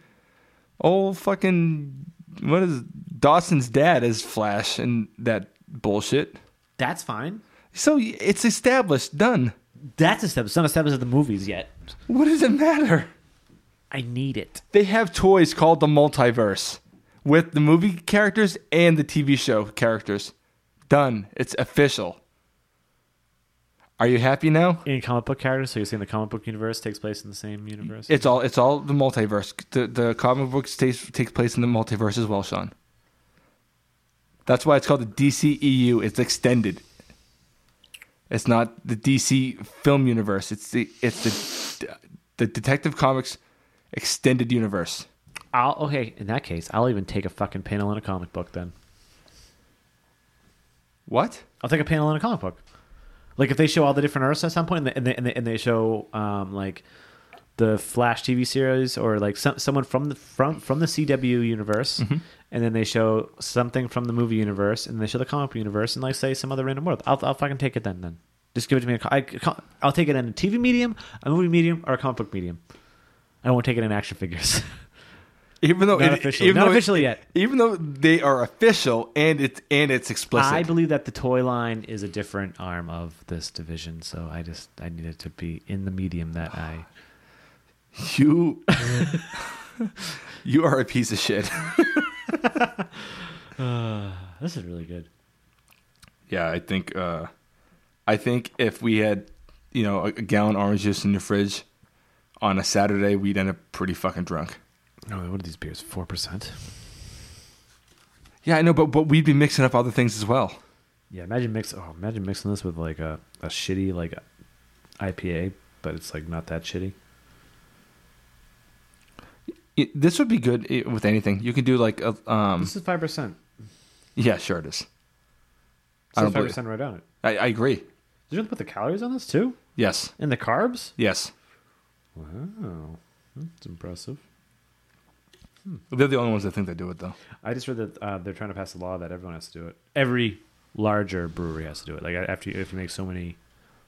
[SPEAKER 2] old fucking what is Dawson's dad is Flash and that bullshit.
[SPEAKER 1] That's fine.
[SPEAKER 2] So y- it's established, done.
[SPEAKER 1] That's a step. It's not a step into the movies yet.
[SPEAKER 2] What does it matter?
[SPEAKER 1] I need it.
[SPEAKER 2] They have toys called the multiverse with the movie characters and the TV show characters. Done. It's official. Are you happy now?
[SPEAKER 1] in comic book characters, so you're saying the comic book universe takes place in the same universe.
[SPEAKER 2] It's all it's all the multiverse. The the comic book takes takes place in the multiverse as well, Sean. That's why it's called the DCEU. It's extended. It's not the DC film universe. It's the it's the the Detective Comics extended universe.
[SPEAKER 1] I'll, okay, in that case, I'll even take a fucking panel in a comic book then.
[SPEAKER 2] What?
[SPEAKER 1] I'll take a panel in a comic book. Like if they show all the different Earths at some point, and they, and they, and they, and they show um, like the Flash TV series or like some, someone from the from from the CW universe, and then they show something from the movie universe, and they show the comic book universe, and like say some other random world. I'll, I'll fucking take it then. Then just give it to me. in a co- I, co- I'll take it in a TV medium, a movie medium, or a comic book medium. I won't take it in action figures.
[SPEAKER 2] Even though
[SPEAKER 1] Not
[SPEAKER 2] it-
[SPEAKER 1] officially.
[SPEAKER 2] even
[SPEAKER 1] Not
[SPEAKER 2] though it-
[SPEAKER 1] officially yet.
[SPEAKER 2] Even though they are official and it's and it's explicit.
[SPEAKER 1] I believe that the toy line is a different arm of this division, so I just I need it to be in the medium that I.
[SPEAKER 2] you you are a piece of shit.
[SPEAKER 1] Uh, This is really good.
[SPEAKER 2] Yeah, I think uh, I think if we had you know a, a gallon orange juice in your fridge on a Saturday, we'd end up pretty fucking drunk.
[SPEAKER 1] Oh, what are these beers? Four percent.
[SPEAKER 2] Yeah, I know, but but we'd be mixing up other things as well.
[SPEAKER 1] Yeah, imagine mix. Oh, imagine mixing this with like a, a shitty like IPA, but it's like not that shitty.
[SPEAKER 2] It, this would be good eh, with anything. You can do like a, um
[SPEAKER 1] This is five percent.
[SPEAKER 2] yeah, sure it is.
[SPEAKER 1] This
[SPEAKER 2] I
[SPEAKER 1] is
[SPEAKER 2] don't
[SPEAKER 1] five
[SPEAKER 2] believe.
[SPEAKER 1] percent right on it.
[SPEAKER 2] I, I agree.
[SPEAKER 1] Did you really put the calories on this too,
[SPEAKER 2] Yes,
[SPEAKER 1] and the carbs?
[SPEAKER 2] yes.
[SPEAKER 1] Wow, that's impressive.
[SPEAKER 2] They're the only ones that think they do it though.
[SPEAKER 1] I just read that uh, they're trying to pass a law that everyone has to do it. Every larger brewery has to do it. Like after you, if you make so many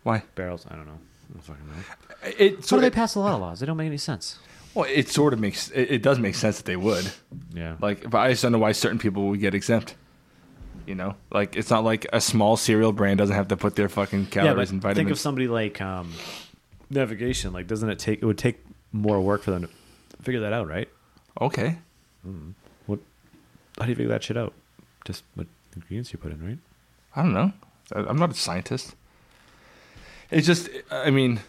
[SPEAKER 2] Why?
[SPEAKER 1] barrels. I don't know. I don't fucking know.
[SPEAKER 2] It
[SPEAKER 1] So
[SPEAKER 2] sort
[SPEAKER 1] they
[SPEAKER 2] of
[SPEAKER 1] pass a lot of laws. They don't make any sense.
[SPEAKER 2] well, it sort of makes it, it does make sense that they would.
[SPEAKER 1] Yeah.
[SPEAKER 2] Like, but I just don't know why certain people would get exempt. You know, like it's not like a small cereal brand doesn't have to put their fucking calories and
[SPEAKER 1] think of
[SPEAKER 2] vitamins.
[SPEAKER 1] somebody like um, navigation. Like, doesn't it take? It would take more work for them to figure that out, right?
[SPEAKER 2] Okay.
[SPEAKER 1] What? How do you figure that shit out? Just what ingredients you put in, right?
[SPEAKER 2] I don't know. I- I'm not a scientist. It's just, I mean,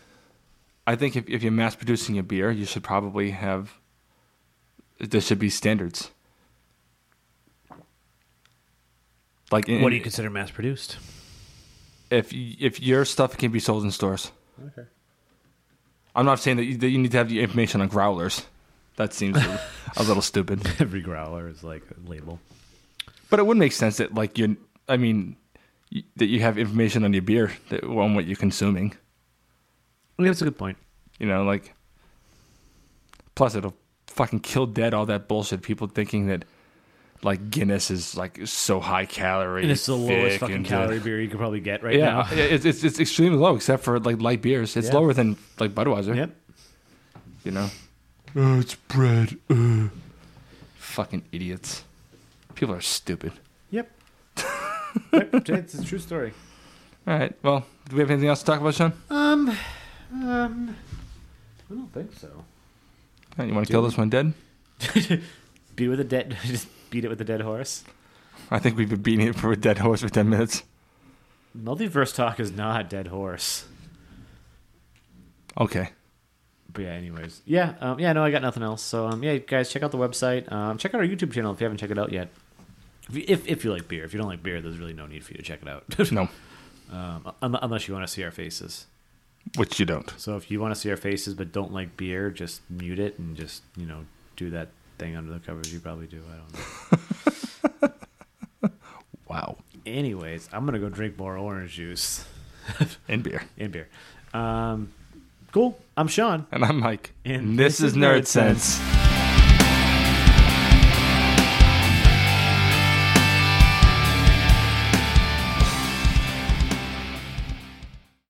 [SPEAKER 2] I think if, if you're mass producing a beer, you should probably have, there should be standards. Like, in,
[SPEAKER 1] What do you consider mass produced?
[SPEAKER 2] if y- if your stuff can be sold in stores,
[SPEAKER 1] Okay.
[SPEAKER 2] I'm not saying that you, that you need to have the information on growlers. That seems a, a little stupid,
[SPEAKER 1] Every growler is like a label.
[SPEAKER 2] but it would make sense that like you, I mean, y that you have information on your beer that, on what you're consuming.
[SPEAKER 1] Yeah, that's a good point.
[SPEAKER 2] You know, like. Plus, it'll fucking kill dead all that bullshit. People thinking that, like Guinness is like so high calorie.
[SPEAKER 1] And it's the lowest
[SPEAKER 2] thick,
[SPEAKER 1] fucking
[SPEAKER 2] and, uh,
[SPEAKER 1] calorie beer you could probably get right
[SPEAKER 2] Yeah, yeah, it's, it's it's extremely low, except for like light beers. It's
[SPEAKER 1] Yeah.
[SPEAKER 2] lower than like Budweiser.
[SPEAKER 1] now. Yep.
[SPEAKER 2] You know,
[SPEAKER 3] Oh, it's bread. Ugh.
[SPEAKER 2] fucking idiots. People are stupid.
[SPEAKER 1] Yep. Yep, it's a true story.
[SPEAKER 2] All right. Well, do we have anything else to talk about, Sean?
[SPEAKER 1] Um, um, I don't think so.
[SPEAKER 2] All right, Oh, you want to kill this one dead?
[SPEAKER 1] Beat with a dead, just beat it with a dead horse.
[SPEAKER 2] I think we've been beating it for a dead horse for ten minutes.
[SPEAKER 1] Multiverse talk is not a dead horse.
[SPEAKER 2] Okay.
[SPEAKER 1] But yeah, anyways, yeah, um, yeah, no, I got nothing else. So um, yeah, guys, check out the website. Um, check out our YouTube channel if you haven't checked it out yet. If you, if, if you like beer, if you don't like beer, there's really no need for you to check it out.
[SPEAKER 2] No,
[SPEAKER 1] um, un- unless you want to see our faces.
[SPEAKER 2] which you don't.
[SPEAKER 1] So if you want to see our faces but don't like beer, just mute it and just you know do that thing under the covers you probably do. I don't know.
[SPEAKER 2] Wow.
[SPEAKER 1] Anyways, I'm gonna go drink more orange juice
[SPEAKER 2] And beer.
[SPEAKER 1] and beer. Um, cool. I'm Sean.
[SPEAKER 2] And I'm Mike.
[SPEAKER 1] And
[SPEAKER 2] this, is Nerd Sense.